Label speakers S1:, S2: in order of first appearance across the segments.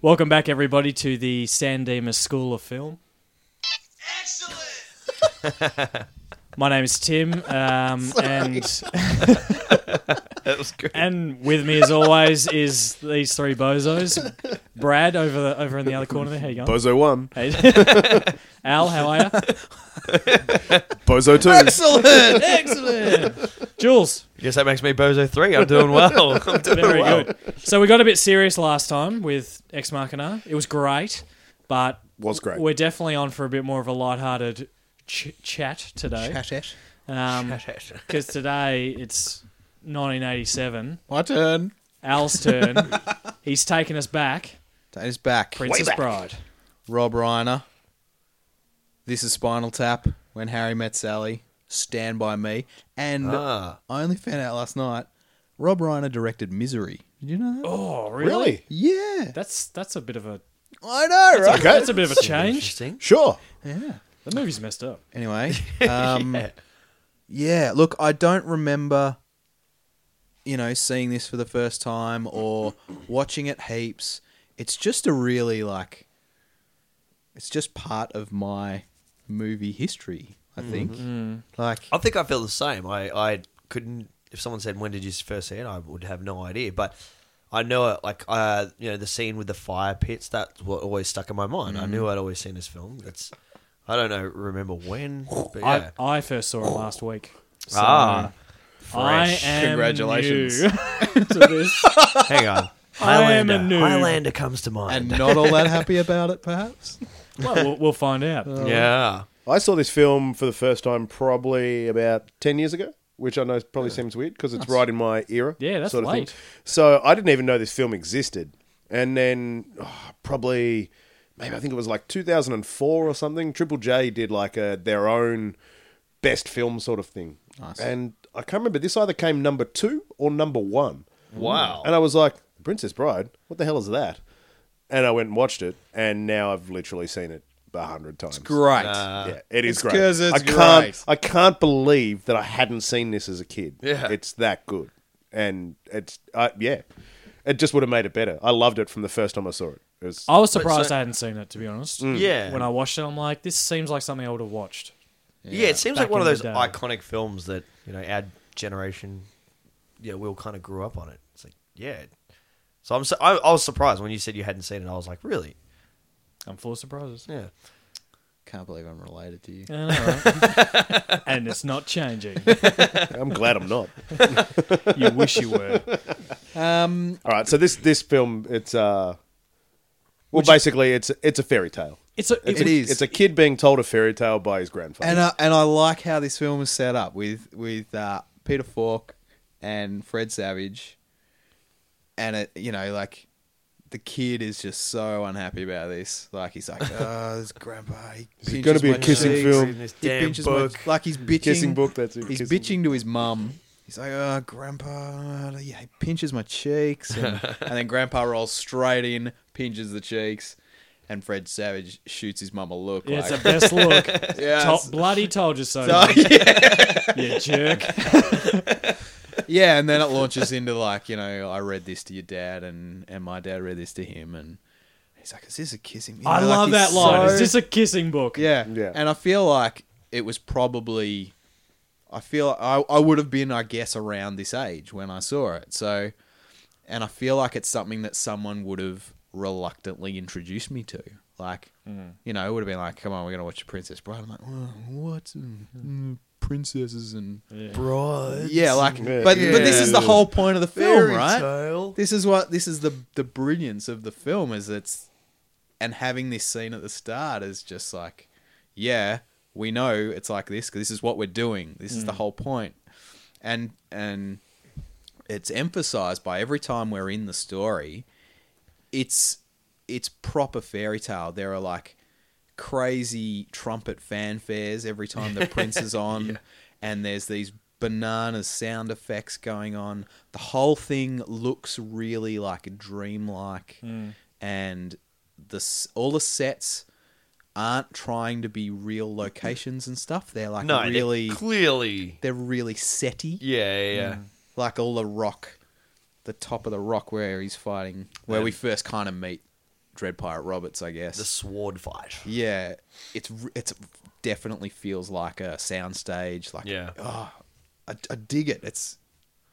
S1: Welcome back, everybody, to the San Dimas School of Film. Excellent. My name is Tim, um, and
S2: That was good.
S1: and with me, as always, is these three bozos. Brad over the over in the other corner there. How you going?
S3: Bozo one,
S1: Hey. Al, how are you?
S3: Bozo two.
S2: Excellent.
S1: Excellent. Jules,
S2: Guess that makes me Bozo three. I'm doing well. I'm doing
S1: very
S2: well.
S1: good. So we got a bit serious last time with X Mark and R. It was great, but
S3: Was great.
S1: we're definitely on for a bit more of a lighthearted ch- chat today.
S4: Chat it.
S1: Um, Because today it's 1987.
S4: My turn.
S1: Al's turn. He's taken us back.
S4: That is back.
S1: Princess Bride.
S4: Rob Reiner. This is Spinal Tap. When Harry Met Sally. Stand by Me. And
S2: Ah.
S4: I only found out last night. Rob Reiner directed Misery. Did you know that?
S1: Oh, really?
S3: Really?
S4: Yeah,
S1: That's that's a bit of a
S4: I know, right?
S3: Okay.
S1: that's a bit of a change.
S2: Interesting.
S3: Sure.
S4: Yeah.
S1: The movie's messed up.
S4: Anyway, um,
S2: Yeah.
S4: Yeah, look, I don't remember, you know, seeing this for the first time or watching it heaps. It's just a really like, it's just part of my movie history. I think, like,
S2: I think I feel the same. I, I couldn't. If someone said when did you first see it, I would have no idea. But I know it. Like uh, you know, the scene with the fire pits. That's what always stuck in my mind. I knew I'd always seen this film. It's. I don't know. Remember when? But yeah.
S1: I, I first saw it last week. So uh,
S2: ah.
S1: I
S2: Fresh.
S1: am
S4: Congratulations.
S1: new to this.
S2: Hang on.
S1: I am a
S2: Highlander.
S1: noob.
S2: Highlander comes to
S4: and
S2: mind.
S4: not all that happy about it, perhaps.
S1: Well, we'll, we'll find out.
S2: Uh, yeah.
S3: I saw this film for the first time probably about 10 years ago, which I know probably seems weird because it's right in my era.
S1: Yeah, that's
S3: sort of thing.
S1: late.
S3: So I didn't even know this film existed. And then oh, probably, maybe I think it was like 2004 or something, Triple J did like a, their own best film sort of thing.
S4: Nice.
S3: And I can't remember, this either came number two or number one.
S4: Oh.
S2: Wow.
S3: And I was like, Princess Bride? What the hell is that? And I went and watched it, and now I've literally seen it a hundred times.
S4: Great.
S2: Uh,
S3: Yeah, it is
S4: It's
S3: great.
S4: 'cause it's
S3: I can't.
S4: great.
S3: I can't believe that I hadn't seen this as a kid.
S2: Yeah.
S3: it's that good, and it's uh, yeah, it just would have made it better. I loved it from the first time I saw it. It was
S1: I was surprised
S2: so- Mm.
S1: I hadn't seen it, to be honest.
S2: Yeah.
S1: When I watched it, I'm like, this seems like something I would have watched.
S2: Yeah, it seems
S1: back
S2: like one of
S1: in
S2: those
S1: the day.
S2: iconic films that you know our generation, yeah, we all kind of grew up on it. It's like, yeah. So I'm, su- I, I was surprised when you said you hadn't seen it. I was like, really?
S1: I'm full of surprises.
S2: Yeah.
S4: Can't believe I'm related to you.
S1: I know, right? and it's not changing.
S3: I'm glad I'm not.
S1: You wish you were.
S4: Um,
S3: All right, so this this film it's uh, well, basically it's it's a fairy tale.
S1: It's a,
S4: It
S1: it,
S4: is.
S3: It's a kid being told a fairy tale by his grandfather.
S4: and I, and I like how this film is set up with with uh, Peter Falk and Fred Savage, and it you know like the kid is just so unhappy about this. Like he's like, oh, this grandpa. He
S3: Is it
S4: pinches
S3: gonna be
S4: my
S3: a kissing
S4: cheeks.
S3: film?
S2: Reading this
S4: He
S2: damn
S4: pinches my-
S2: book.
S4: like he's bitching.
S3: kissing book. That's it.
S4: He's
S3: kissing book.
S4: bitching to his mum. He's like, oh, grandpa. uh, Yeah, he pinches my cheeks, and, and then grandpa rolls straight in, pinches the cheeks. And Fred Savage shoots his mum a look.
S1: yeah, it's the
S4: like,
S1: best look.
S4: yeah,
S1: Tol-
S4: it's-
S1: bloody told you so,
S4: so- yeah.
S1: you jerk.
S4: Yeah, and then it launches into like, you know, I read this to your dad and and my dad read this to him and he's like, Is this a kissing? You
S1: I
S4: know, like,
S1: love
S4: he's
S1: that line.
S4: so-
S1: Is this a kissing book?
S4: yeah.
S3: Yeah.
S4: And I feel like it was probably I feel I, I would have been, I guess, around this age when I saw it. So and I feel like it's something that someone would have reluctantly introduced me to. Like, you know, it would have been like, come on, we're going to watch The Princess Bride. I'm like, "Oh, what? Mm, mm, princesses and
S2: Broad.
S4: yeah, like,
S3: Yeah.
S4: but but this is the
S2: Yeah.
S4: whole point of the film,
S2: Fairy
S4: right?
S2: tale.
S4: This is what this is the the brilliance of the film is it's and having this scene at the start is just like, yeah, we know it's like this 'cause this is what we're doing. This
S2: Mm.
S4: is the whole point, and and it's emphasized by every time we're in the story. It's it's proper fairy tale. There are like crazy trumpet fanfares every time the prince is on, and there's these bananas sound effects going on. The whole thing looks really like dreamlike, and the s- all the sets aren't trying to be real locations and stuff. They're like
S2: no,
S4: really, Mm.
S2: really, clearly,
S4: they're really setty
S2: yeah, yeah, yeah.
S4: like all the rock, the top of the rock where he's fighting, where we first kind of meet Dread Pirate Roberts, I guess.
S2: The sword fight.
S4: yeah, it's r- it's definitely feels like a soundstage. Like
S2: Yeah.
S4: oh, I, I dig it. It's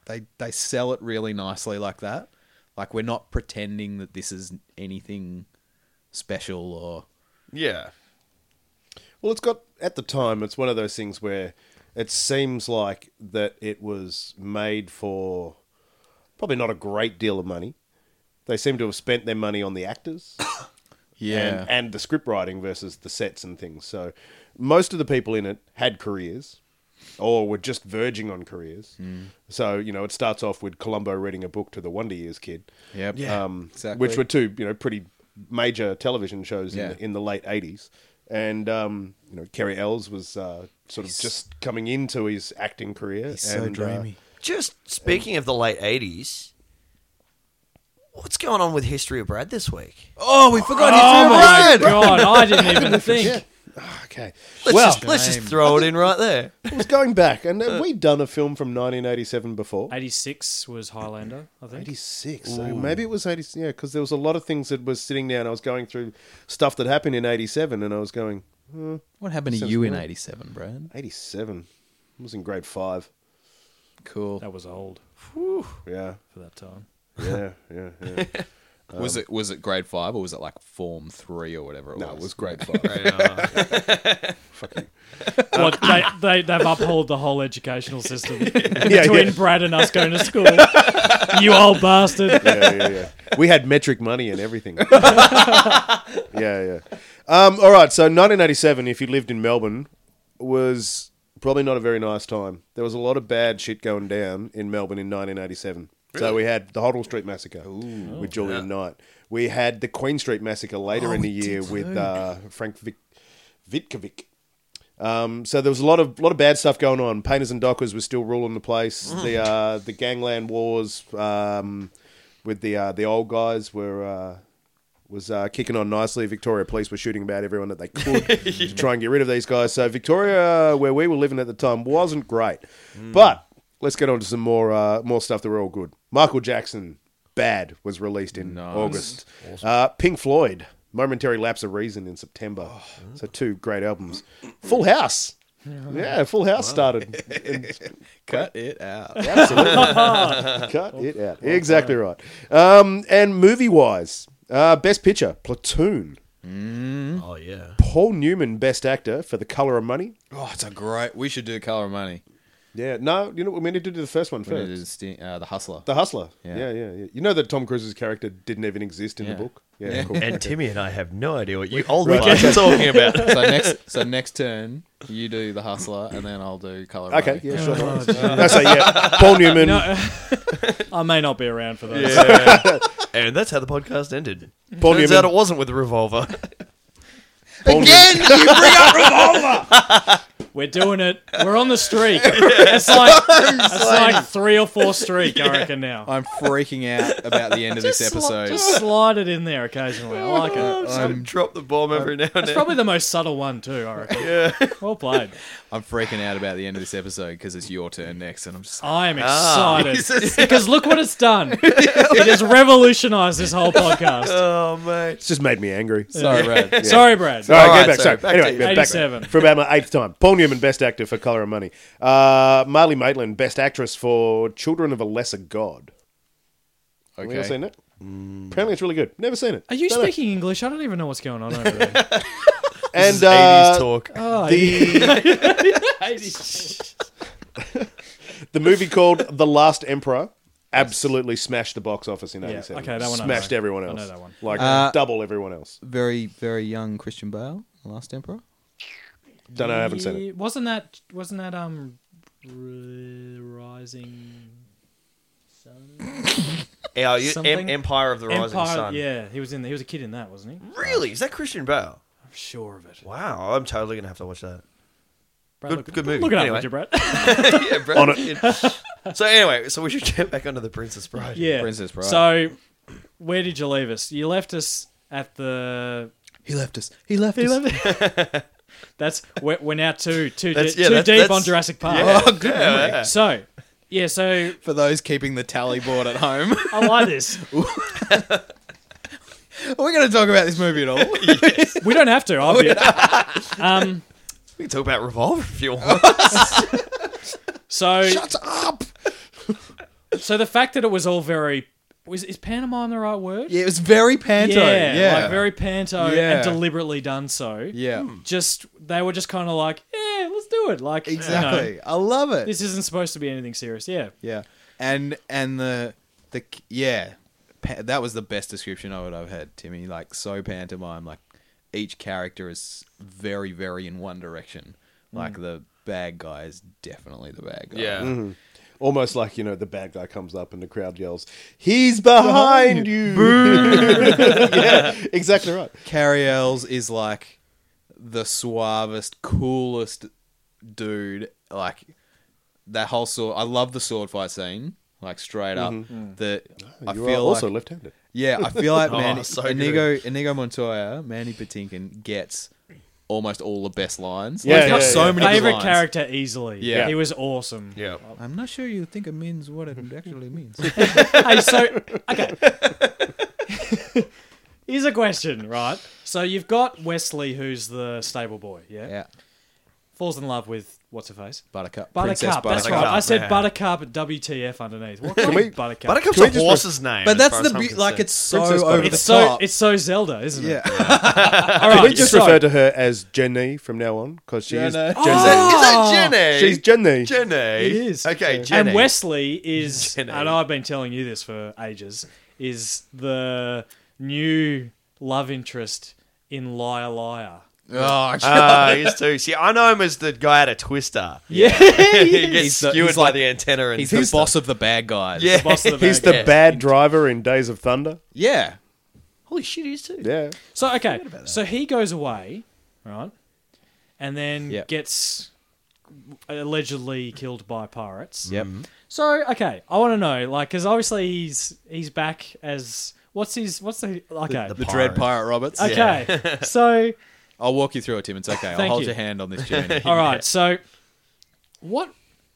S4: they they sell it really nicely like that. Like we're not pretending that this is anything special or
S2: Yeah.
S3: Well, it's got at the time. It's one of those things where it seems like that it was made for probably not a great deal of money. They seem to have spent their money on the actors and, and the script writing versus the sets and things. So most of the people in it had careers or were just verging on careers. So you know, it starts off with Columbo reading a book to the Wonder Years kid.
S4: Yep.
S2: Yeah.
S3: um,
S4: exactly.
S3: which were two you know pretty major television shows
S4: Yeah.
S3: in, the, in the late eighties. And um, you know, Kerry Ells was uh, sort of just coming into his acting career. and, uh,
S2: Just speaking of the late 80s, what's going on with History of Brad this week? Oh, we forgot
S1: Oh my
S2: History of Brad!
S1: god, I didn't even think.
S3: okay,
S2: Let's,
S3: well,
S2: just, let's just
S4: Shame.
S2: throw it in right there.
S3: I was going back, and have we done a film from 1987 before?
S1: 86 was Highlander, I think.
S3: 86. So maybe it was 80. Yeah, because there was a lot of things that was sitting there, and I was going through stuff that happened in 87, and I was going, hmm,
S4: What happened to
S3: Sounds
S4: you in
S3: familiar.
S4: '87, Brad?
S3: 87. I was in grade five.
S4: Cool.
S1: That was old
S3: Yeah,
S1: for that time.
S3: yeah, yeah, yeah.
S4: was it was it grade five or was it like form three or whatever it
S3: Um, no, it
S4: was?
S3: was grade five.
S1: What, they, they, they've upheld the whole educational system
S3: yeah.
S1: between Brad and us going to school. you old bastard.
S3: yeah, yeah, yeah. We had metric money and everything. yeah, yeah. Um, all right. So 1987, if you lived in Melbourne, was probably not a very nice time. There was a lot of bad shit going down in Melbourne in 1987. So we had the Hoddle Street Massacre with Julian Knight. We had the Queen Street Massacre later in the year with uh, Frank Vic- Vitkovic. Um, so there was a lot of lot of bad stuff going on. Painters and dockers were still ruling the place. The uh, the gangland wars um, with the uh, the old guys were uh, was uh, kicking on nicely. Victoria police were shooting about everyone that they could to try and get rid of these guys. So Victoria, uh, where we were living at the time, wasn't great. But let's get on to some more uh, more stuff that were all good. Michael Jackson, Bad, was released in
S4: Nice.
S3: August. Uh, Pink Floyd, Momentary Lapse of Reason in September. So two great albums. Full House. Yeah, Full House started. And-
S4: Cut it out.
S3: Absolutely. Cut it out. exactly right. Um, and movie wise, uh, Best Picture, Platoon.
S2: Oh, yeah.
S3: Paul Newman, Best Actor for The Color of Money.
S4: Oh, it's a great. We should do Color of Money.
S3: Yeah, no, you know, we need to do the first one
S4: We
S3: first.
S4: need to do Sting- uh, the Hustler.
S3: The Hustler.
S4: Yeah.
S3: Yeah. yeah, yeah, You know that Tom Cruise's character didn't even exist in
S4: Yeah.
S3: the book? Yeah,
S4: Yeah.
S3: cool.
S2: And Timmy and I have no idea what you old guys are talking about.
S4: so next, so next turn, you do the Hustler, and then I'll do Color of
S3: Okay, yeah,
S4: Money.
S3: sure. no worries. no, so yeah, Paul Newman.
S1: No, I may not be around for those.
S2: Yeah. and that's how the podcast ended.
S3: Paul
S2: Turns
S3: Newman.
S2: out it wasn't with a revolver.
S3: Paul Newman.
S1: We're doing it. We're on the streak. It's like it's like three or four streak, I reckon now.
S4: I'm freaking out about the end of this
S1: Just sli-
S4: episode.
S1: just slide it in there occasionally. I like it.
S4: I'm,
S2: Drop the bomb every now and
S1: It's
S2: then.
S1: probably the most subtle one too, I reckon. Yeah. Well played.
S4: I'm freaking out about the end of this episode because it's your turn next, and I'm just.
S1: I am
S2: Ah.
S1: excited. Because look what it's done. It has revolutionized this whole
S3: Uh,
S1: podcast.
S2: oh, mate.
S3: It's just made me angry.
S4: Sorry, Brad.
S1: Sorry, Brad.
S3: Sorry,
S2: All
S3: go
S2: right,
S3: back.
S2: so
S3: Sorry.
S2: back to
S3: anyway,
S2: you.
S3: back,
S1: 87.
S3: for about my eighth time. Paul Newman, Best Actor for Color and Money. Uh, Marley Maitland, Best Actress for Children of a Lesser God. Have you
S4: Okay.
S3: ever seen it? Apparently, it's really good. Never seen it.
S1: Are you
S3: Don't know.
S1: speaking English? I don't even know what's going on over there.
S3: And uh,
S2: 80s talk.
S1: Oh,
S3: the the movie called The Last Emperor absolutely smashed the box office in
S1: Yeah,
S3: 87.
S1: okay, that one I
S3: smashed
S1: know.
S3: everyone
S1: I
S3: else.
S1: know that one.
S3: Like
S4: Uh,
S3: double everyone else.
S4: Very, very young Christian Bale, The Last Emperor.
S3: Don't know. I haven't seen it.
S1: Wasn't that wasn't that um r- rising
S2: Our, you-
S1: Something?
S2: em- Empire of the Rising
S1: Empire?
S2: Sun.
S1: Yeah, he was in. He was a kid in that, wasn't he?
S2: Really? Is that Christian Bale?
S1: I'm sure of it.
S2: Wow, I'm totally going to have to watch that.
S1: Brad,
S2: Good-
S1: look,
S2: good movie.
S1: Look it up,
S2: Anyway.
S1: would you, Brad?
S2: yeah, bro.
S3: On
S2: so anyway, so we should get back onto the Princess Bride.
S1: yeah.
S4: Princess Bride.
S1: So, where did you leave us? You left us at the.
S4: He left us. He left us.
S1: that's we're, we're now too too
S2: That's-
S1: de-
S2: yeah,
S1: too
S2: that's-
S1: deep on
S2: that's-
S1: Jurassic Park.
S4: Oh,
S2: Yeah. Yeah, yeah.
S1: So, yeah. So
S4: For those keeping the tally board at home,
S1: I like this.
S4: Are we going to talk about this movie at all?
S1: We don't have to. I'll be, um,
S2: We can talk about Revolver if you want.
S1: so,
S2: Shut up.
S1: so the fact that it was all very was is pantomime the right word?
S4: Yeah, it was very panto.
S1: yeah,
S4: Yeah, yeah.
S1: like very panto
S4: Yeah.
S1: and deliberately done so.
S4: yeah.
S1: just they were just kind of like, yeah, let's do it. Like you know,
S4: exactly. I love it.
S1: this isn't supposed to be anything serious. Yeah,
S4: yeah, and and the the yeah, pa- that was the best description of it I've had, Timmy. Like so pantomime. Like each character is very very in one direction.
S1: Mm.
S4: Like the bad guy is definitely the bad guy.
S2: Mm-hmm.
S3: Almost like, you know, the bad guy comes up and the crowd yells, He's behind you. yeah, exactly right.
S4: Carrie Ells is like the suavest, coolest dude. Like that whole sword. I love the sword fight scene. Like straight up.
S2: Mm.
S4: The I
S3: you
S4: feel
S3: are also
S4: like,
S3: left handed.
S4: yeah. I feel like
S2: Oh,
S4: man,
S2: so good.
S4: Inigo Inigo Montoya, Manny Patinkin gets almost all the best lines.
S3: Yeah,
S4: Like, he's got
S3: yeah,
S4: so
S3: yeah.
S4: many good
S1: favorite
S4: lines.
S1: character easily.
S4: Yeah.
S1: he was awesome.
S2: Yeah.
S4: I'm not sure you think it means what it actually means.
S1: hey, so okay. Here's a question, right? So you've got Wesley, who's the stable boy, yeah?
S4: yeah,
S1: Falls in love with what's her face?
S4: Buttercup, Princess
S1: Buttercup. That's
S2: Buttercup,
S1: right. I said
S2: yeah.
S1: Buttercup. WTF underneath? What kind
S3: we-
S1: of Buttercup?
S2: Buttercup's
S3: Can we
S2: a
S3: just-
S2: horse's name.
S4: But
S2: as
S4: that's
S2: far
S4: the
S2: as I'm
S4: be- like
S2: concerned.
S4: it's so
S3: Princess
S4: over
S3: Buttercup.
S4: the
S1: It's so
S4: top.
S1: it's so Zelda, isn't it?
S4: yeah.
S1: All right.
S3: We just
S1: so,
S3: refer to her as Jenny from now on because she is
S4: Jenny.
S3: Jenny.
S1: Ah!
S2: Is
S1: Oh.
S2: that, is that Jenny?
S3: She's Jenny.
S2: Jenny.
S1: It is.
S2: Okay,
S1: Yeah.
S2: Jenny.
S1: And Wesley is,
S2: Jenny.
S1: and I've been telling you this for ages, is the new love interest in Liar Liar.
S4: Oh,
S2: Ah, he's too. See, I know him as the guy at a twister.
S1: Yeah.
S2: he gets
S4: He's the-
S2: skewered
S4: he's
S2: by
S4: like-
S2: the antenna and
S4: he's the boss of the bad guys.
S2: Yeah.
S1: boss of the
S3: He's
S1: bad
S3: the
S1: guy.
S3: bad driver in Days of Thunder.
S4: yeah.
S2: Holy shit, he is too.
S3: Yeah.
S1: So okay, so he goes away, right, and then
S4: Yep.
S1: gets allegedly killed by pirates.
S4: Yep.
S1: So okay, I want to know, like, because obviously he's he's back as what's his what's the okay
S2: the
S4: The Dread
S2: Pirate.
S4: Pirate Roberts.
S1: okay. so
S4: I'll walk you through it, Tim. It's okay. I'll
S1: Thank
S4: hold
S1: you.
S4: your hand on this journey.
S1: all right, so what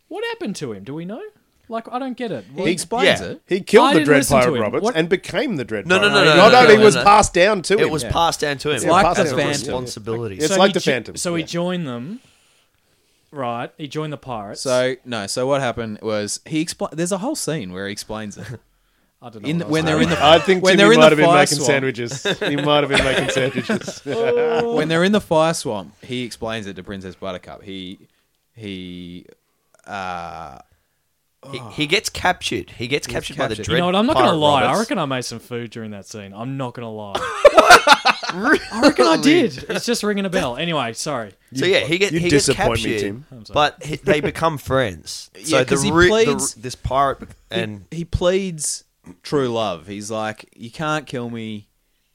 S1: what happened to him? Do we know? Like, I don't get it. What-
S4: He explains
S2: yeah.
S4: it.
S3: He killed
S1: I
S3: the
S1: didn't
S3: Dread
S1: listen to
S3: Pirate
S1: him.
S3: Roberts
S1: What-
S3: and became the Dread
S2: No, no,
S3: Pirate.
S2: no, no,
S3: Not
S2: no,
S3: only
S2: no,
S3: was
S2: no.
S3: passed down to him.
S2: It was passed down to him.
S4: like
S2: Passed
S4: the
S2: down to
S4: Phantom.
S2: responsibility.
S3: It's
S1: so
S3: like
S1: he
S3: the
S1: jo-
S3: Phantom,
S1: So he
S3: yeah.
S1: joined them, right? He joined the pirates.
S4: So no. So what happened was he expl- There's a whole scene where he explains it.
S1: I don't know
S4: In
S1: what Oh, I was
S4: when they're in the
S3: I think
S4: when
S3: Timmy
S4: they're in
S3: might
S4: the
S3: have been
S4: fire
S3: making
S4: swamp.
S3: sandwiches. He might have been making sandwiches.
S4: when they're in the fire swamp, he explains it to Princess Buttercup. He he
S2: He, he gets captured. He gets captured, by the
S4: captured.
S2: dread.
S1: You know what? I'm not
S2: pirate
S1: going to lie. I
S2: Roberts.
S1: reckon I made some food during that scene. I'm not going to lie. I reckon I did. It's just ringing a bell. Anyway, sorry.
S2: So yeah, he gets
S3: you
S2: he gets
S3: disappoint
S2: captured,
S3: me, Tim.
S1: I'm sorry.
S2: but he, they become friends. So
S4: Yeah,
S2: the,
S4: 'cause he
S2: re- the,
S4: pleads-
S2: this pirate bec- and
S4: he pleads true love. He's like, you can't kill me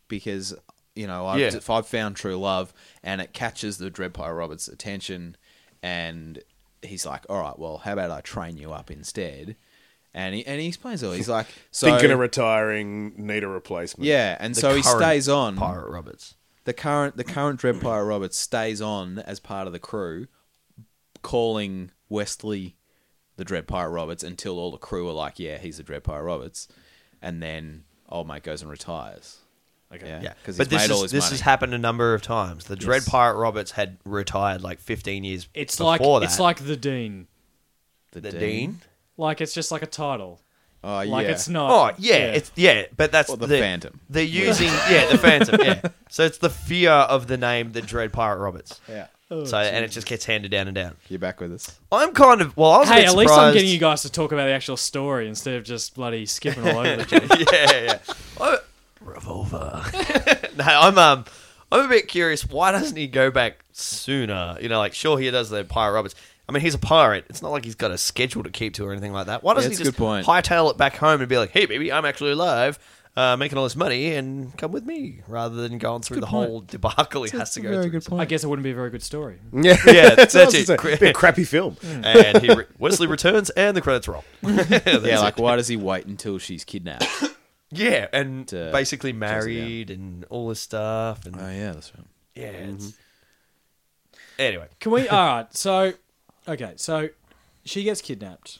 S4: because you know I've,
S2: Yeah.
S4: if I've found true love, and it catches the Dread Pirate Robert's attention, and he's like, all right, well, how about I train you up instead? And he and he explains it. all. He's like, so
S3: Thinking of retiring, need a replacement.
S4: yeah, and
S2: the
S4: so he
S2: current
S4: stays on.
S2: Pirate Roberts.
S4: The current the current Dread Pirate Roberts stays on as part of the crew, calling Wesley the Dread Pirate Roberts until all the crew are like, "Yeah, he's the Dread Pirate Roberts," and then old mate goes and retires.
S1: Okay.
S4: Yeah,
S2: Yeah,
S4: because
S2: but
S4: he's
S2: this
S4: made
S2: is
S4: all his
S2: this
S4: money.
S2: has happened a number of times. The Dread
S4: Yes.
S2: Pirate Roberts had retired like 15 years.
S1: It's
S2: before
S1: like
S2: that.
S1: it's like the dean.
S2: the, Dean.
S1: Like it's just like a title.
S4: Oh yeah,
S1: Like it's not.
S2: Oh yeah, it's yeah, but that's
S4: Or the
S2: the
S4: Phantom.
S2: They're using yeah the Phantom. Yeah, so it's the fear of the name, the Dread Pirate Roberts.
S4: yeah.
S1: Oh,
S2: so and it just gets handed down and down.
S4: You're back with us.
S2: I'm kind of well. I was a
S1: hey,
S2: bit
S1: at least I'm
S2: surprised-
S1: getting you guys to talk about the actual story instead of just bloody skipping all over the place.
S2: yeah, yeah. I- Revolver. no, I'm um, I'm a bit curious. Why doesn't he go back sooner? You know, like sure he does the pirate Roberts. I mean, he's a pirate. It's not like he's got a schedule to keep to or anything like that. Why doesn't
S4: that's
S2: he
S4: a
S2: just
S4: good point.
S2: hightail it back home and be like, "Hey, baby, I'm actually alive, uh, making all this money, and come with me," rather than going through the whole debacle he has to go through.
S1: I guess it wouldn't be a very good story.
S3: Yeah.
S2: Yeah, that's
S3: That's
S2: it.
S3: a bit crappy film.
S2: and he re- Wesley returns, and the credits roll.
S4: Yeah, like why does he wait until she's kidnapped? oh
S2: yeah, and
S4: To-
S2: basically married and all this stuff. And
S1: Oh,
S4: yeah, that's right.
S2: Yeah. It's... Anyway.
S1: Can we? All right. So, okay. So, she gets kidnapped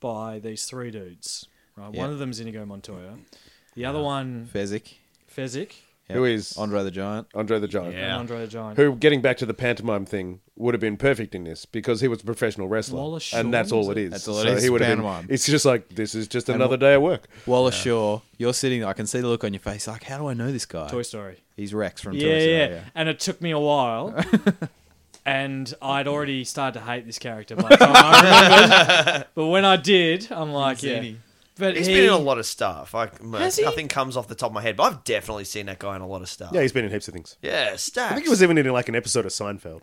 S1: by these three dudes. Right.
S4: Yeah.
S1: One of them's Inigo Montoya. The other one,
S4: Fezzik.
S1: Fezzik
S4: Yeah.
S3: Who is-
S4: Andre the Giant?
S3: Andre the Giant.
S2: Yeah.
S1: and Andre the Giant.
S3: Who, getting back to the pantomime thing, would have been perfect in this because he was a professional wrestler,
S1: Wallace Shawn,
S3: and that's
S1: is
S3: all
S1: it?
S3: it is.
S4: That's all it is,
S3: He would have
S4: pantomime.
S3: been, it's just like this is just another
S4: what-
S3: day of work.
S4: Wallace Shaw. You're sitting. I can see the look on your face. Like, how do I know this guy?
S1: Toy Story.
S4: He's Rex from Toy
S1: Yeah,
S4: Story.
S1: yeah,
S4: yeah.
S1: And it took me a while. and I'd already started to hate this character by the time I remembered. but when I did, I'm like, yeah.
S4: Zini.
S1: But
S2: He's
S1: he,
S2: been in a lot of stuff. I,
S1: Has he?
S2: nothing comes off the top of my head, but I've definitely seen that guy in a lot of stuff.
S3: Yeah, he's been in heaps of things.
S2: yeah, stacks.
S3: I think he was even in like an episode of Seinfeld.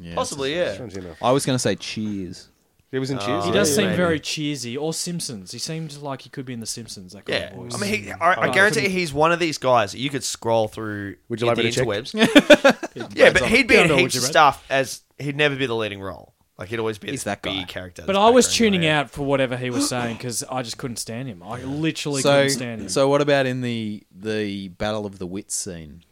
S4: Yeah,
S2: possibly.
S4: it's-
S2: Yeah,
S3: Strange enough.
S4: I was going to say Cheers.
S3: Uh, He was in
S2: Oh,
S3: Cheers.
S1: he does
S2: yeah,
S1: seem
S2: maybe.
S1: very cheesy. Or Simpsons. He seemed like he could be in The Simpsons, that kind
S2: yeah.
S1: of voice.
S2: I mean, he, I, I
S1: Oh,
S2: guarantee
S1: couldn't-
S2: he's one of these guys that you could scroll through.
S3: Would you like
S2: in the
S3: me to check?
S2: interwebs? yeah, but he'd be
S1: Yeah,
S2: in
S1: no, would
S2: heaps
S1: you
S2: of
S1: rate?
S2: stuff as he'd never be the leading role. Like he'd always be this
S4: He's that guy.
S2: B character.
S1: but
S2: this
S1: I was
S2: background
S1: tuning
S2: guy.
S1: out for whatever he was saying because I just couldn't stand him. I literally
S4: So,
S1: couldn't stand him.
S4: so what about in the the Battle of the Wits scene?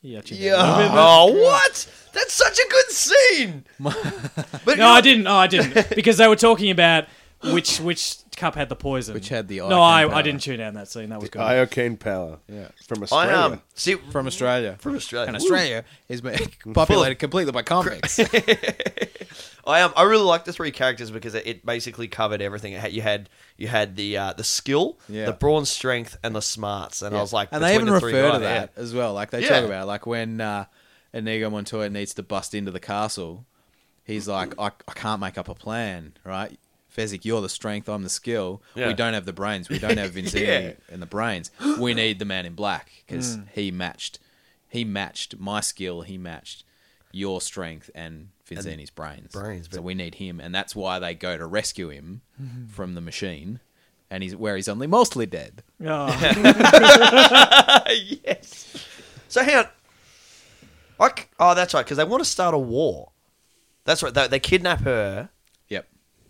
S1: yeah, I tuned out.
S4: Yeah.
S2: Oh, what? That's such a good scene. but
S1: No, I didn't. No, I didn't. Because they were talking about which which cup had the poison.
S4: Which had the
S1: No, I, I
S4: iocane powder.
S1: didn't tune out in that scene. That was good.
S3: Iocane Power.
S4: Yeah.
S3: From
S2: I
S3: Australia.
S2: um see
S4: From Australia.
S2: from Australia.
S4: and Australia is ma- populated completely by comics.
S2: I um, I really like the three characters because it, it basically covered everything. It had, you had you had the uh, the skill,
S4: Yeah.
S2: the brawn strength, and the smarts. And I was like,
S4: and they
S2: between
S4: even
S2: the three
S4: refer to
S2: guys,
S4: that as well. Like they
S2: Yeah.
S4: talk about it. like when uh, Inigo Montoya needs to bust into the castle, he's like, I, I can't make up a plan, right? Fezzik, you're the strength, I'm the skill.
S2: Yeah.
S4: We don't have the brains. We don't have Vincini and the brains. We need the man in black because
S2: Mm.
S4: he matched, he matched my skill. He matched your strength and Vincini's brains.
S2: brains,
S4: So
S2: but- Mm-hmm.
S4: we need him, and that's why they go to rescue him from the machine, and he's where he's only mostly dead.
S1: Oh,
S2: Yeah. yes. So hang on. I c oh, that's right. Because they want to start a war. That's right. They, they kidnap her
S4: Yep.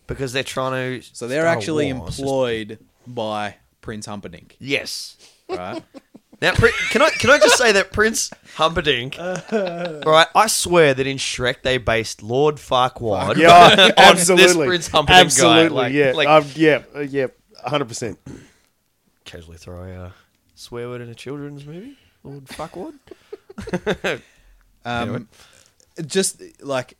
S2: because they're trying to.
S4: So they're
S2: start a
S4: actually
S2: war. It's just-
S4: employed by Prince Humperdinck,
S2: Yes.
S4: right?
S2: Now, Pri- can I can I just say that Prince Humperdinck? all right, I swear that in Shrek they based Lord Farquaad.
S3: Yeah,
S2: on
S3: absolutely.
S2: this Prince Humperdinck
S3: absolutely,
S2: guy, like-
S3: yeah,
S2: like-
S3: um, yeah, uh, yeah, hundred percent.
S2: Casually throw a uh, swear word in a children's movie. Lord Farquaad.
S4: um, just like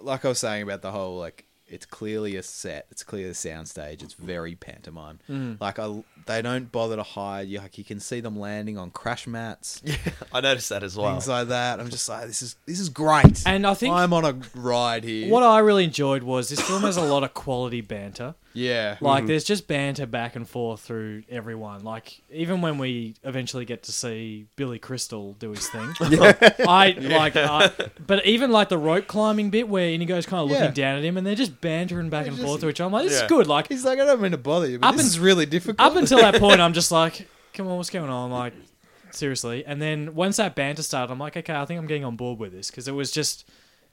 S4: like I was saying about the whole like it's clearly a set, it's clearly a soundstage, it's very pantomime.
S1: Hmm.
S4: Like I, they don't bother to hide. You like you can see them landing on crash mats,
S2: Yeah, I noticed that as well.
S4: things like that. I'm just like this is this is great.
S1: And I think-
S4: I'm on a ride here.
S1: what I really enjoyed was this film has a lot of quality banter.
S4: yeah,
S1: Like, there's just banter back and forth through everyone. Like, even when we eventually get to see Billy Crystal do his thing, I like. I, but even like the rope climbing bit where Inigo's kind of looking
S4: Yeah.
S1: down at him, and they're just bantering back and
S4: just-
S1: forth to each other. I'm like, this
S2: Yeah.
S1: is good. Like,
S4: he's like I don't mean to bother you, but
S1: Up
S4: this
S1: and-
S4: is really difficult.
S1: up until that point, I'm just like, come on, what's going on? Like, seriously. And then once that banter started, I'm like, okay, I think I'm getting on board with this because it was just,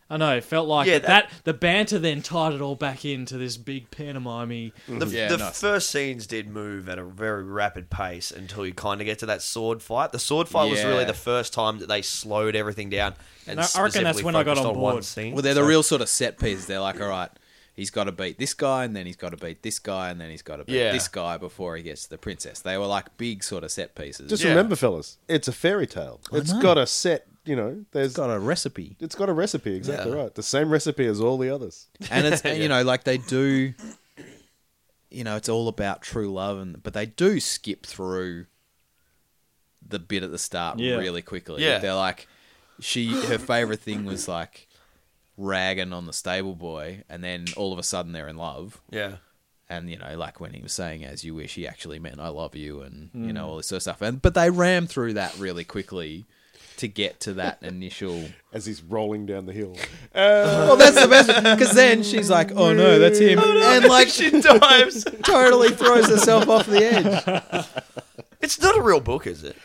S1: I don't know, it felt like
S2: Yeah,
S1: that, the pantomime then tied it all back into this big pantomime.
S2: The,
S4: Yeah,
S2: the
S4: nice.
S2: first scenes did move at a very rapid pace until you kind of get to that sword fight. The sword fight was really
S4: Yeah.
S2: the first time that they slowed everything down.
S1: And
S2: And
S1: I- I reckon that's
S2: specifically
S1: when I got
S2: focused
S1: on
S2: one
S1: board.
S2: scene.
S4: Well, they're the
S2: So-
S4: real sort of set pieces. They're like, all right, he's got to beat this guy, and then he's got to beat this guy, and then he's got to beat
S2: Yeah.
S4: this guy before he gets to the princess. They were like big sort of set pieces.
S3: Just
S2: Yeah.
S3: remember, fellas, it's a fairy tale. It's
S4: know.
S3: got a set. You know, there's
S4: got a recipe,
S3: it's got a recipe. Exactly
S2: Yeah.
S3: right. The same recipe as all the others.
S4: and it's and, you know like they do. You know, it's all about true love, and but they do skip through the bit at the start
S1: Yeah.
S4: really quickly.
S2: Yeah.
S4: They're like, she her favorite thing was like ragging on the stable boy, and then all of a sudden they're in love.
S2: Yeah.
S4: and you know like when he was saying as you wish he actually meant i love you and you know all this sort of stuff and but they ram through that really quickly to get to that initial
S3: As he's rolling down the hill,
S4: well that's the best because then she's like oh no that's him and like she
S2: dives.
S4: totally throws herself off the edge
S2: It's not a real book, is it?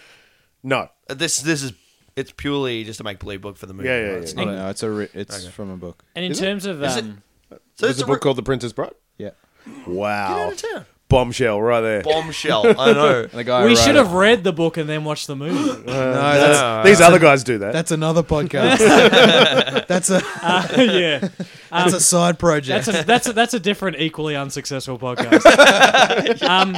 S3: no,
S2: Uh, This this is it's purely just a make believe book for the movie.
S3: Yeah, yeah,
S2: right?
S3: yeah.
S2: It's
S4: no
S2: not-
S4: Oh, no it's a re- it's from a book
S1: And in
S3: Is it?
S1: terms of
S2: Is it-
S1: um,
S2: So
S3: there's
S2: it's
S3: a
S2: a
S3: book
S2: re-
S3: called The Princess Bride.
S4: yeah
S3: Wow,
S2: Get out of town.
S3: bombshell right there.
S2: bombshell. I know.
S4: and the guy
S1: we
S4: who
S1: should
S4: wrote
S1: have read the book and then watched the movie.
S4: it- no that's
S2: No,
S3: These other guys do that.
S4: that's another podcast that's a
S1: Uh, yeah,
S4: Um, that's a side project
S1: that's a, that's a, that's a different, equally unsuccessful podcast. um,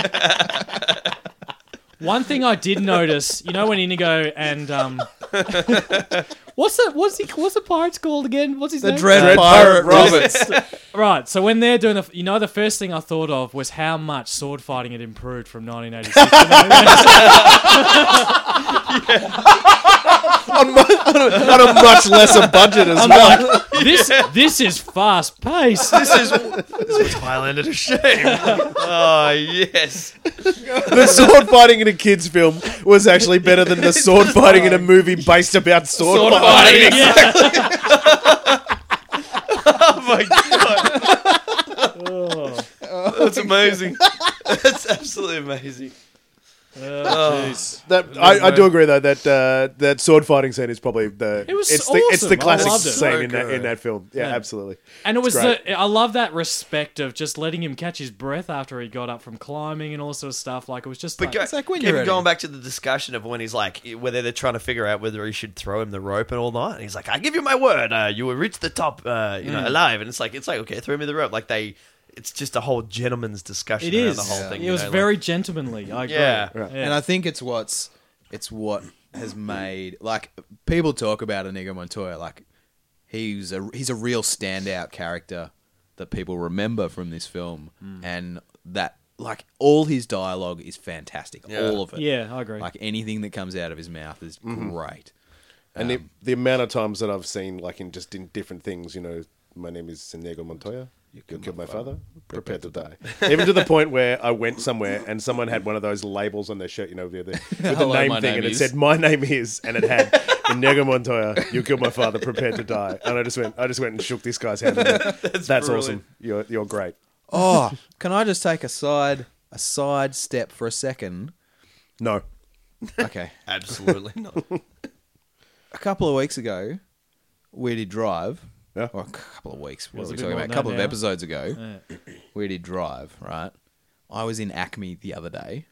S1: One thing I did notice, you know, when Inigo and um, what's the what's he what's the pirates called again? What's his
S4: The
S1: name? Uh,
S4: Dread,
S3: Dread Pirate
S4: Pirate Roberts.
S1: Right. So when they're doing the, you know, the first thing I thought of was how much sword fighting had improved from 1986. to 1986.
S3: on a much lesser budget as well.
S1: this this is fast paced.
S2: This is this was Highlander to shame. oh yes,
S3: The sword fighting in a kids' film was actually better than the sword fighting in a movie based about sword,
S2: Sword
S3: fighting.
S2: fighting.
S1: Yeah.
S2: Oh my god,
S4: Oh.
S2: that's amazing. That's absolutely amazing.
S1: Oh, jeez.
S3: That I, I do agree though that uh, that sword fighting scene is probably the
S1: It was
S3: it's the it's the
S1: awesome. I
S3: classic
S1: loved it.
S3: scene
S2: So
S3: in that in
S2: good.
S3: that film. Yeah,
S1: Yeah.
S3: absolutely.
S1: And it was
S3: great.
S1: the, I love that respect of just letting him catch his breath after he got up from climbing and all sorts of stuff. Like it was just
S2: But
S1: like,
S2: go,
S4: It's like when
S2: even
S4: you're ready.
S2: going back to the discussion of when he's like, whether they're trying to figure out whether he should throw him the rope and all that, and he's like, "I give you my word, uh, you will reach the top, uh, you know, alive." And it's like, it's like, okay, throw me the rope. Like they, it's just a whole gentleman's discussion.
S1: it
S2: around
S1: is.
S2: the whole thing.
S1: it
S2: you
S1: was
S2: know, like-
S1: very gentlemanly. I agree.
S2: Yeah.
S1: yeah.
S2: Right.
S4: And I think it's what's it's what has made like people talk about Inigo Montoya like he's a he's a real standout character that people remember from this film
S1: Hmm.
S4: and that like all his dialogue is fantastic
S2: Yeah.
S4: all of it
S1: yeah, Mm-hmm. I agree.
S4: like anything that comes out of his mouth is great
S3: And the, the amount of times that I've seen like in just in different things, you know, my name is Sandiego Montoya. You killed my father. Prepare to die. Even to the point where I went somewhere and someone had one of those labels on their shirt, you know, with the, with the
S4: Hello,
S3: name
S4: my
S3: thing,
S4: name
S3: and
S4: is.
S3: it said "My name is," and it had Inigo Montoya. You killed my father. Prepare to die. And I just went, I just went and shook this guy's hand. and went, That's,
S2: brilliant.
S3: awesome. You're you're great.
S4: oh can i just take a side a side step for a second
S3: No,
S4: okay
S2: absolutely not.
S4: a couple of weeks ago, we did drive.
S3: Yeah.
S4: Or a couple of weeks. What
S1: Was
S4: was
S1: it
S4: we
S1: a bit
S4: talking
S1: more
S4: about? A
S1: than
S4: couple of
S1: that now?
S4: episodes ago,
S1: Yeah.
S4: we did drive. Right. I was in Acme the other day,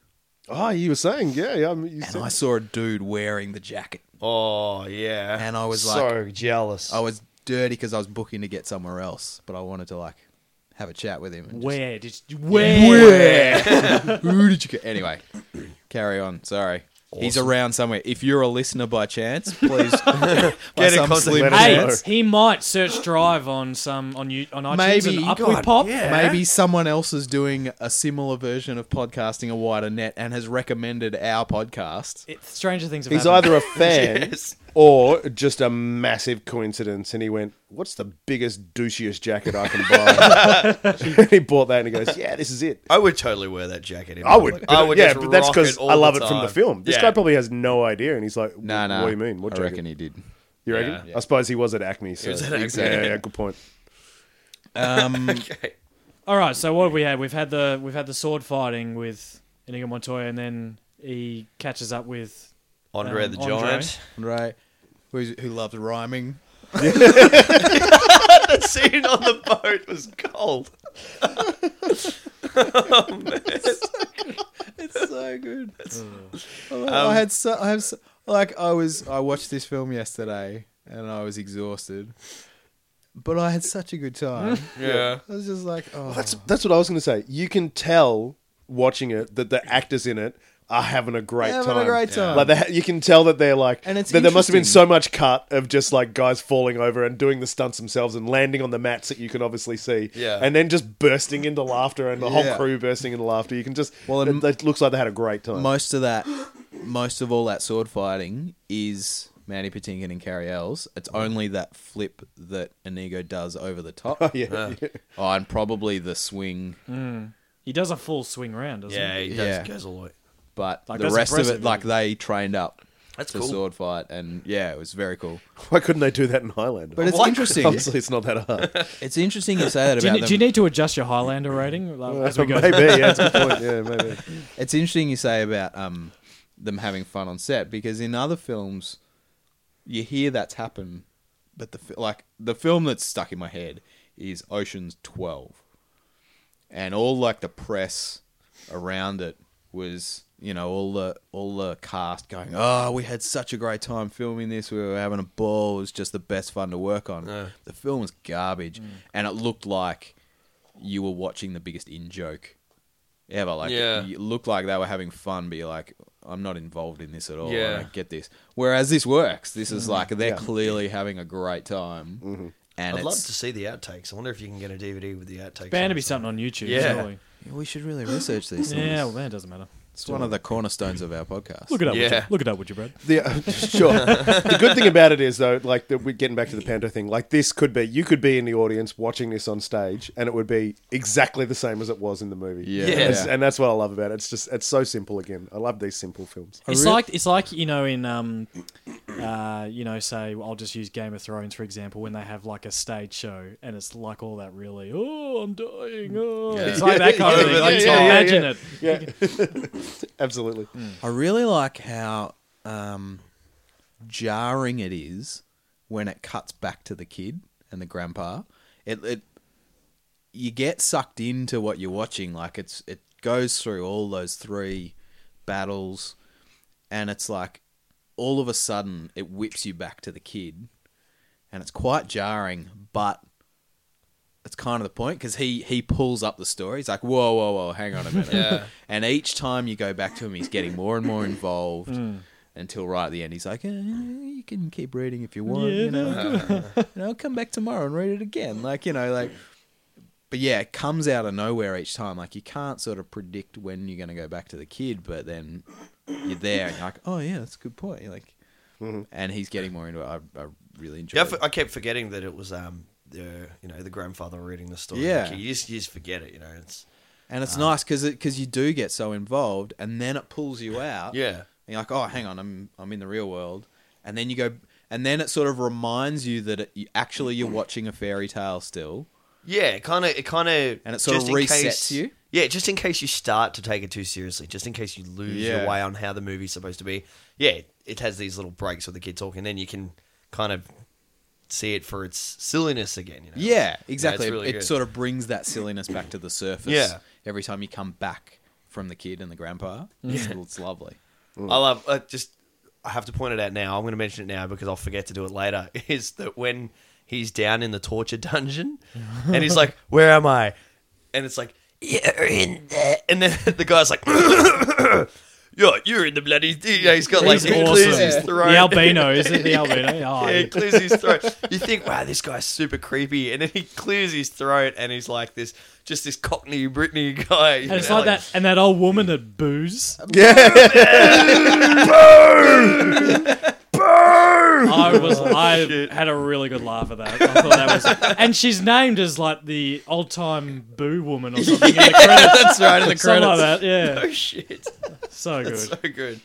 S3: Oh, you were saying, yeah, yeah. I mean, You
S4: and
S3: said,
S4: I saw a dude wearing the jacket,
S2: Oh yeah,
S4: and I was like,
S2: so jealous.
S4: I was dirty because I was booking to get somewhere else, but I wanted to like have a chat with him. And just-
S1: Where did you, where? where?
S4: Who did you get? Anyway, carry on. Sorry. He's
S2: Awesome.
S4: around somewhere. If you're a listener by chance, please get
S2: in contact. Let us
S1: Hey,
S3: know.
S1: he might search drive on some on you on iTunes
S4: Maybe.
S1: and up we
S2: God,
S1: pop.
S2: yeah.
S4: Maybe someone else is doing a similar version of podcasting a wider net and has recommended our podcast.
S1: It, stranger things have
S3: He's
S1: happened.
S3: either a fan
S2: Yes.
S3: or just a massive coincidence. And he went, What's the biggest, douchiest jacket I can buy? and he bought that and he goes, Yeah, this is it.
S2: I would totally wear that jacket. In
S3: I would.
S2: public. I would.
S3: yeah,
S2: just
S3: but that's
S2: rock it all
S3: I love it
S2: the
S3: from the
S2: time.
S3: film. This
S2: Yeah.
S3: guy probably has no idea. And he's like,
S4: No,
S3: "Wh-
S4: no.
S3: What do you mean? What
S4: I
S3: jacket?
S4: reckon he did.
S3: You reckon?
S2: Yeah.
S3: I suppose he was at Acme. So.
S2: was at Acme.
S3: Yeah, yeah, yeah, good point.
S4: Um,
S2: Okay.
S1: All right, so what have we had? We've had the we've had the sword fighting with Inigo Montoya, and then he catches up with
S2: Andre
S1: Um,
S2: the
S1: Andre.
S2: Giant.
S4: Right. Who's, who loves rhyming?
S2: that scene on the boat was gold.
S4: It's so good. Oh. Um, I, I had so I have so, like I was I watched this film yesterday and I was exhausted, but I had such a good time.
S2: Yeah.
S4: I was just like, oh,
S3: That's, that's what I was going to say. You can tell watching it that the actors in it are having a great
S4: having
S3: time.
S4: a great
S2: Yeah.
S4: time.
S3: Like they, ha- you can tell that they're like,
S4: And it's
S3: that there must have been
S4: interesting.
S3: so much cut of just like guys falling over and doing the stunts themselves and landing on the mats that you can obviously see,
S2: Yeah.
S3: and then just bursting into laughter and the
S4: Yeah.
S3: whole crew bursting into laughter. You can just
S4: Well,
S3: well,
S4: and-
S3: it, it looks like they had a great time.
S4: most of that, most of all that sword fighting is Manny Patinkin and Carrie Ells. It's only that flip that Inigo does over the top.
S3: yeah, yeah.
S4: Oh, and probably the swing,
S1: He does a full swing round, doesn't
S2: Yeah,
S1: he?
S2: he does
S4: Yeah.
S2: goes a lot.
S4: but
S1: Like,
S4: the
S1: that's
S4: rest of it,
S1: impressive.
S4: like they trained up.
S2: That's
S4: to
S2: cool.
S4: sword fight, and yeah, it was very cool.
S3: Why couldn't they do that in Highlander?
S4: But it's
S2: Why-
S4: interesting.
S3: obviously it's not that hard.
S4: It's interesting you say that
S1: Do you,
S4: about
S1: ne-
S4: them.
S1: do you need to adjust your Highlander rating like, as we go?
S3: maybe, yeah, that's a good point. Yeah, maybe.
S4: it's interesting you say about um, them having fun on set because in other films, you hear that's happen, but the fi- like the film that's stuck in my head is Ocean's Twelve, and all like the press around it was you know all the all the cast going oh we had such a great time filming this we were having a ball it was just the best fun to work on the film was garbage and it looked like you were watching the biggest in joke ever like
S2: Yeah.
S4: you- it looked like they were having fun, but you're like, I'm not involved in this at all.
S5: Yeah.
S4: I don't get this. Whereas this works. This
S1: Mm-hmm.
S4: is like they're
S3: Yeah.
S4: clearly having a great time, and
S2: I'd
S4: it's,
S2: love to see the outtakes. I wonder if you can get a DVD with the
S1: Bound
S2: outtakes.
S1: to
S2: on
S1: be
S2: it.
S1: something on YouTube,
S2: Yeah.
S1: surely.
S4: we should really research these. Things.
S1: Yeah, well, then it doesn't matter.
S4: it's one of the cornerstones of our podcast.
S1: Look it up. Would you?
S5: Yeah.
S1: Look it up, would you, Brad?
S3: The, uh, sure. the good thing about it is though, like that we're getting back to the panto thing. Like this could be you could be in the audience watching this on stage, and it would be exactly the same as it was in the movie.
S4: Yeah.
S5: Yeah.
S3: It's- and that's what I love about it. It's just it's so simple. Again, I love these simple films.
S1: It's
S4: real-
S1: like it's like you know in um, uh, you know say I'll just use Game of Thrones for example when they have like a stage show and it's like all that really oh I'm dying oh
S4: Yeah.
S1: it's like that kind of
S2: Yeah,
S1: thing like, you
S2: yeah,
S1: can
S3: yeah,
S1: imagine
S3: yeah.
S1: it
S3: Yeah, absolutely.
S4: I really like how um, jarring it is when it cuts back to the kid and the grandpa. It, it you get sucked into what you're watching. Like it's it goes through all those three battles, and it's like all of a sudden it whips you back to the kid, and it's quite jarring, but. It's kind of the point because he he pulls up the story. He's like, "Whoa, whoa, whoa! Hang on a minute."
S5: Yeah.
S4: And each time you go back to him, he's getting more and more involved until right at the end, he's like, eh, "You can keep reading if you want,
S1: Yeah,
S4: you know. you know, come back tomorrow and read it again." Like you know, like. But yeah, it comes out of nowhere each time. Like you can't sort of predict when you're going to go back to the kid, but then you're there and you're like, "Oh yeah, that's a good point." You're Like, and he's getting more into it. I, I really
S2: Mm-hmm.
S4: enjoy.
S2: Yeah, I
S4: it.
S2: f- I kept forgetting that it was um the you know the grandfather reading the story.
S4: Yeah.
S2: Like, you just you just forget it. You know, it's
S4: And it's nice 'cause nice because because you do get so involved, and then it pulls you out.
S2: Yeah.
S4: and you're like, oh, hang on, I'm I'm in the real world, and then you go, and then it sort of reminds you that it, you, actually you're watching a fairy tale still.
S2: yeah, it kind of it kind of
S4: And it sort of resets you?
S2: Yeah, just in case you start to take it too seriously, just in case you lose
S4: Yeah.
S2: your way on how the movie's supposed to be. Yeah, it has these little breaks where the kid talking, then you can kind of see it for its silliness again. You know?
S4: Yeah, exactly.
S2: really
S4: it
S2: good.
S4: sort of brings that silliness back to the surface.
S2: Yeah.
S4: every time you come back from the kid and the grandpa, it's, it's lovely.
S2: I love uh, just. I have to point it out now. I'm going to mention it now because I'll forget to do it later. Is that when he's down in the torture dungeon and he's like, "Where am I?" and it's like, "You're in there," and then the guy's like, "Yo, you're in the bloody." You know, he's got like
S1: He's
S2: he clears his
S1: awesome
S2: throat.
S1: the albino is it the albino oh,
S2: Yeah, he clears his throat. You think, wow, this guy's super creepy, and then he clears his throat, and he's like this, just this Cockney Brittany guy. you
S1: and it's
S2: know,
S1: like that and that old woman that boos
S3: Yeah,
S1: I was I had a really good laugh at that. I thought that was, and she's named as like the old time boo woman or something in the credits,
S4: That's right in the
S1: something like that. Yeah,
S2: Oh shit.
S1: so good.
S2: so good.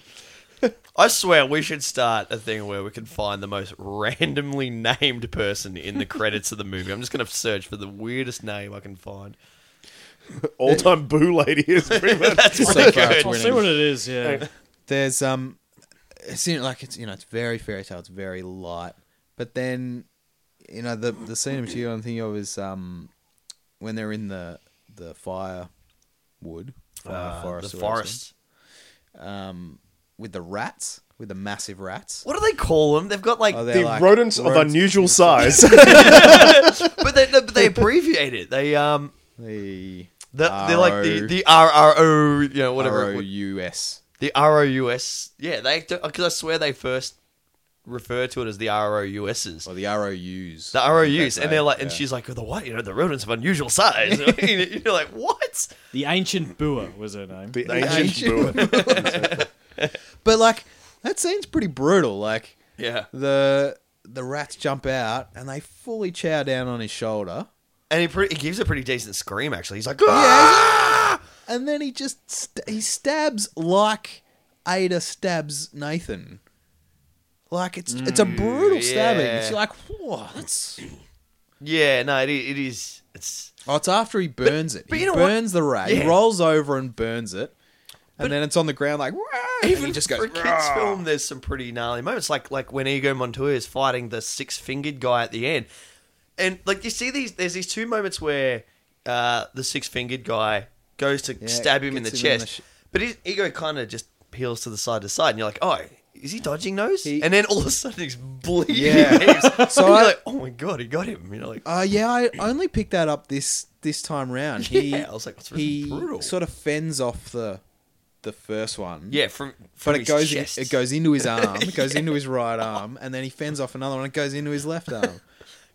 S2: I swear we should start a thing where we can find the most randomly named person in the credits of the movie. I'm just going to search for the weirdest name I can find.
S3: all time boo lady is pretty much.
S2: That's uh,
S4: So
S2: pretty
S4: far,
S2: good.
S4: it's
S1: I'll see what it is. Yeah,
S4: there's um it's you know, like it's you know it's very fairy tale it's very light but then you know the the scene which you I'm thinking of is um when they're in the the fire wood fire
S2: Uh,
S4: forest
S2: the
S4: or whatever it's
S2: forest.
S4: called, um with the rats with the massive rats
S2: What do they call them? They've got like,
S4: Oh,
S3: The
S4: they're like
S3: rodents of unusual size.
S2: but they but they abbreviate it. They um,
S4: the
S2: the, they're like the
S4: RO.
S2: the R R O, you know, whatever
S4: R O U S
S2: the R O U S. Yeah, they because I swear they first refer to it as the R O U S's.
S4: or the R O U's
S2: the ROUs, and they're like, and
S4: Yeah.
S2: she's like, oh, the what? You know, the rodents of unusual size. You're like, what?
S1: the ancient booer was her name.
S3: the ancient boo.
S4: but like that scene's pretty brutal like
S2: Yeah,
S4: the the rats jump out and they fully chow down on his shoulder
S2: and he, pretty, he gives a pretty decent scream. Actually, he's like,
S4: Ah.
S2: "Ah."
S4: and then he just st- he stabs like Ada stabs Nathan. Like it's it's a brutal stabbing.
S2: yeah.
S4: It's like whoa, that's
S2: yeah, no, it, i- it is. It's
S4: oh, it's after he burns it.
S2: but
S4: he
S2: you know what?
S4: burns the rat. He
S2: Yeah.
S4: rolls over and burns it, and then it's on the ground like even he just goes. "Ah."
S2: for a kids
S4: "Rah."
S2: film. There's some pretty gnarly moments, like like when Ego Montoya is fighting the six fingered guy at the end, and like you see these. There's these two moments where uh, the six fingered guy goes to stab him in the
S4: gets him in
S2: chest,
S4: the sh-
S2: but his ego kind of just peels to the side to side, and you're like, oh. Is he dodging those?
S4: He-
S2: and then all of a sudden he's bleeding.
S4: Yeah.
S2: heaps.
S4: So
S2: And you're
S4: I-
S2: like, oh my god, he got him. You know, like
S4: Uh, yeah, I only picked that up this this time round. He,
S2: Yeah, I was like, that's really
S4: he
S2: brutal.
S4: sort of fends off the the first one.
S2: Yeah, from, from
S4: But it
S2: his
S4: goes
S2: chest.
S4: it goes into his arm, it goes into his right arm, and then he fends off another one. It goes into his left arm,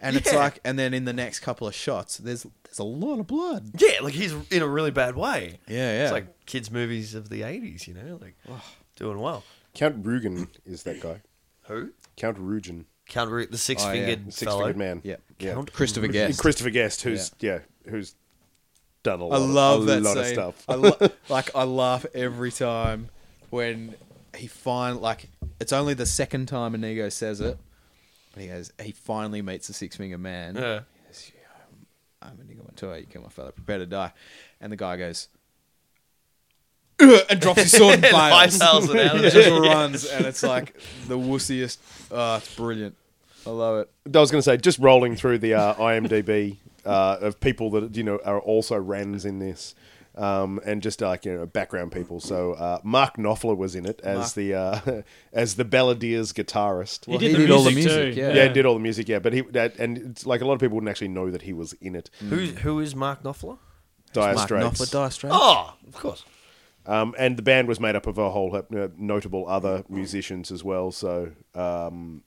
S4: and it's
S2: Yeah.
S4: like, and then in the next couple of shots, there's there's a lot of blood.
S2: Yeah, like he's in a really bad way.
S4: Yeah, yeah.
S2: It's like kids' movies of the eighties, you know, like doing well.
S3: Count Rugen is that guy.
S2: Who?
S3: Count Rugen,
S2: Count Ru- the six
S4: Oh,
S2: fingered
S3: six
S2: fellow.
S3: fingered man.
S4: Yeah.
S3: yeah.
S2: Count
S4: Christopher Guest.
S3: Christopher Guest, who's yeah, who's done a
S4: I
S3: lot.
S4: love
S3: of, a
S4: that
S3: lot
S4: scene.
S3: of stuff.
S4: I lo- like I laugh every time when he find like it's only the second time Inigo says it. And he goes, he finally meets the six finger man.
S2: Yeah.
S4: He goes, "Yeah, I'm, I'm Inigo Montoya. You kill my fella. Prepare to die. And the guy goes. "Ugh," And drops his sword and
S2: And
S4: bails.
S2: hightails it out of there.
S4: He just runs, and it's like the wussiest. Oh, it's brilliant. I love it.
S3: I was going to say, just rolling through the uh, IMDb uh, of people that you know are also Rans in this, um, and just like you know background people. So uh, Mark Knopfler was in it as
S4: Mark-
S3: the uh, as the Balladeers guitarist.
S1: He
S4: Well,
S1: did,
S4: he
S1: the
S4: did
S1: music
S4: all the music,
S1: too.
S4: yeah.
S3: yeah, he did all the music. Yeah, but he that, and it's like a lot of people wouldn't actually know that he was in it.
S2: Who who is Mark Knopfler?
S3: Dire
S4: Mark
S3: Straits.
S4: Knopfler, Dire Straits.
S2: Oh, of course.
S3: Um, and the band was made up of a whole heap, uh, notable other musicians as well. So, um,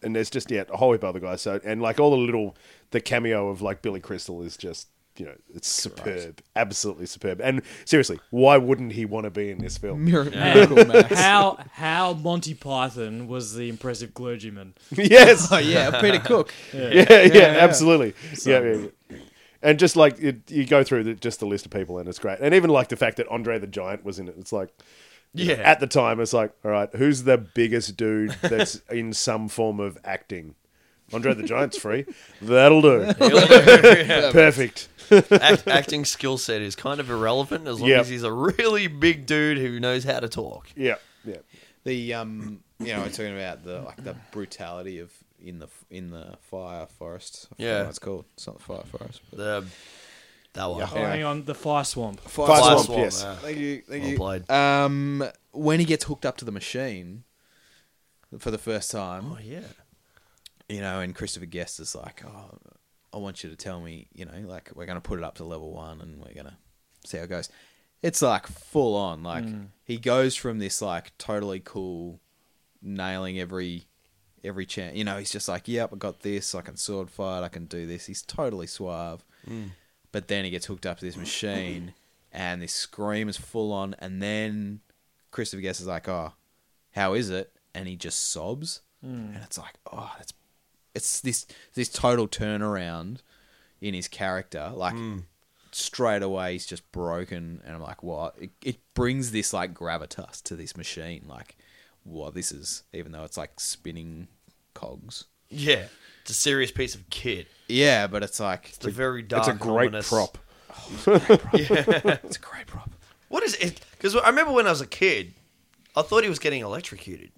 S3: and there's just yeah a whole heap of other guys. So, and like all the little the cameo of like Billy Crystal is just you know it's superb, absolutely superb. And seriously, why wouldn't he want to be in this film?
S4: Mir-
S1: And
S4: Miracle Max.
S1: how how Monty Python was the impressive clergyman.
S3: yes,
S4: Oh yeah, Peter Cook.
S3: yeah, yeah,
S4: yeah.
S3: absolutely. Yeah, yeah, yeah. And just like it, you go through the, just the list of people, and it's great. And even like the fact that Andre the Giant was in it, it's like, you know,
S2: Yeah.
S3: at the time, it's like, all right, who's the biggest dude that's in some form of acting? Andre the Giant's free. That'll do. Perfect.
S2: Act, acting skill set is kind of irrelevant as long
S3: Yeah.
S2: as he's a really big dude who knows how to talk.
S3: Yeah, yeah.
S4: the um you know I'm talking about the like the brutality of in the in the fire forest. I forget
S2: Yeah.
S4: what it's called. It's not the fire forest. But
S2: The that one.
S1: Oh, hang on, the fire swamp.
S4: fire,
S3: Fire
S2: Fire
S3: Swamp, yes.
S2: yeah.
S4: Thank you. Thank
S2: Well
S4: you.
S2: played.
S4: Um, when he gets hooked up to the machine for the first time,
S2: Oh yeah.
S4: you know, and Christopher Guest is like, oh, I want you to tell me, you know, like we're going to put it up to level one and we're going to see how it goes. It's like full on. Like he goes from this like totally cool, nailing every every chance. You know, he's just like, yep, I got this. I can sword fight. I can do this. He's totally suave. But then he gets hooked up to this machine, and this scream is full on. And then Christopher Guest is like, oh, how is it? And he just sobs.
S2: Hmm.
S4: And it's like, oh, that's it's this this total turnaround in his character. Like
S2: Hmm.
S4: straight away, he's just broken, and I'm like, what? It, it brings this like gravitas to this machine. Like, what this is, even though it's like spinning cogs.
S2: Yeah. It's a serious piece of kit.
S4: Yeah, but it's like
S2: It's a very dark.
S3: it's a great
S2: ominous-
S3: prop.
S4: it's a great prop.
S2: What is it? Because I remember when I was a kid, I thought he was getting electrocuted,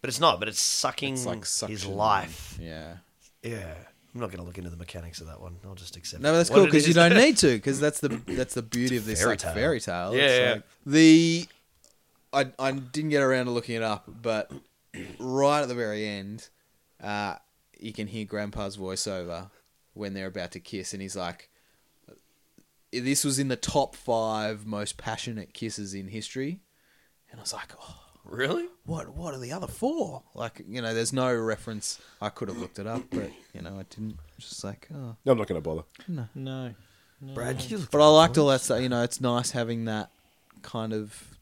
S2: but it's not. But it's sucking
S4: It's like suction.
S2: Hmm. his life.
S4: Yeah.
S2: Yeah, I'm not going to look into the mechanics of that one. I'll just accept.
S4: No,
S2: it.
S4: but that's
S2: What
S4: cool
S2: it
S4: because you
S2: is-
S4: don't need to because that's the that's the beauty of this
S2: fairy
S4: like,
S2: tale.
S4: fairy tale.
S2: Yeah,
S4: It's
S2: yeah.
S4: like- the I I didn't get around to looking it up, but right at the very end, uh, you can hear Grandpa's voiceover when they're about to kiss, and he's like, "This was in the top five most passionate kisses in history," and I was like, "Oh."
S2: really.
S4: what what are the other four? Like you know, there's no reference. I could have looked it up, but you know, I didn't. Just like oh,
S3: I'm not going to bother.
S1: No.
S2: Brad, you look
S4: But I liked all that stuff. You know, it's nice having that kind of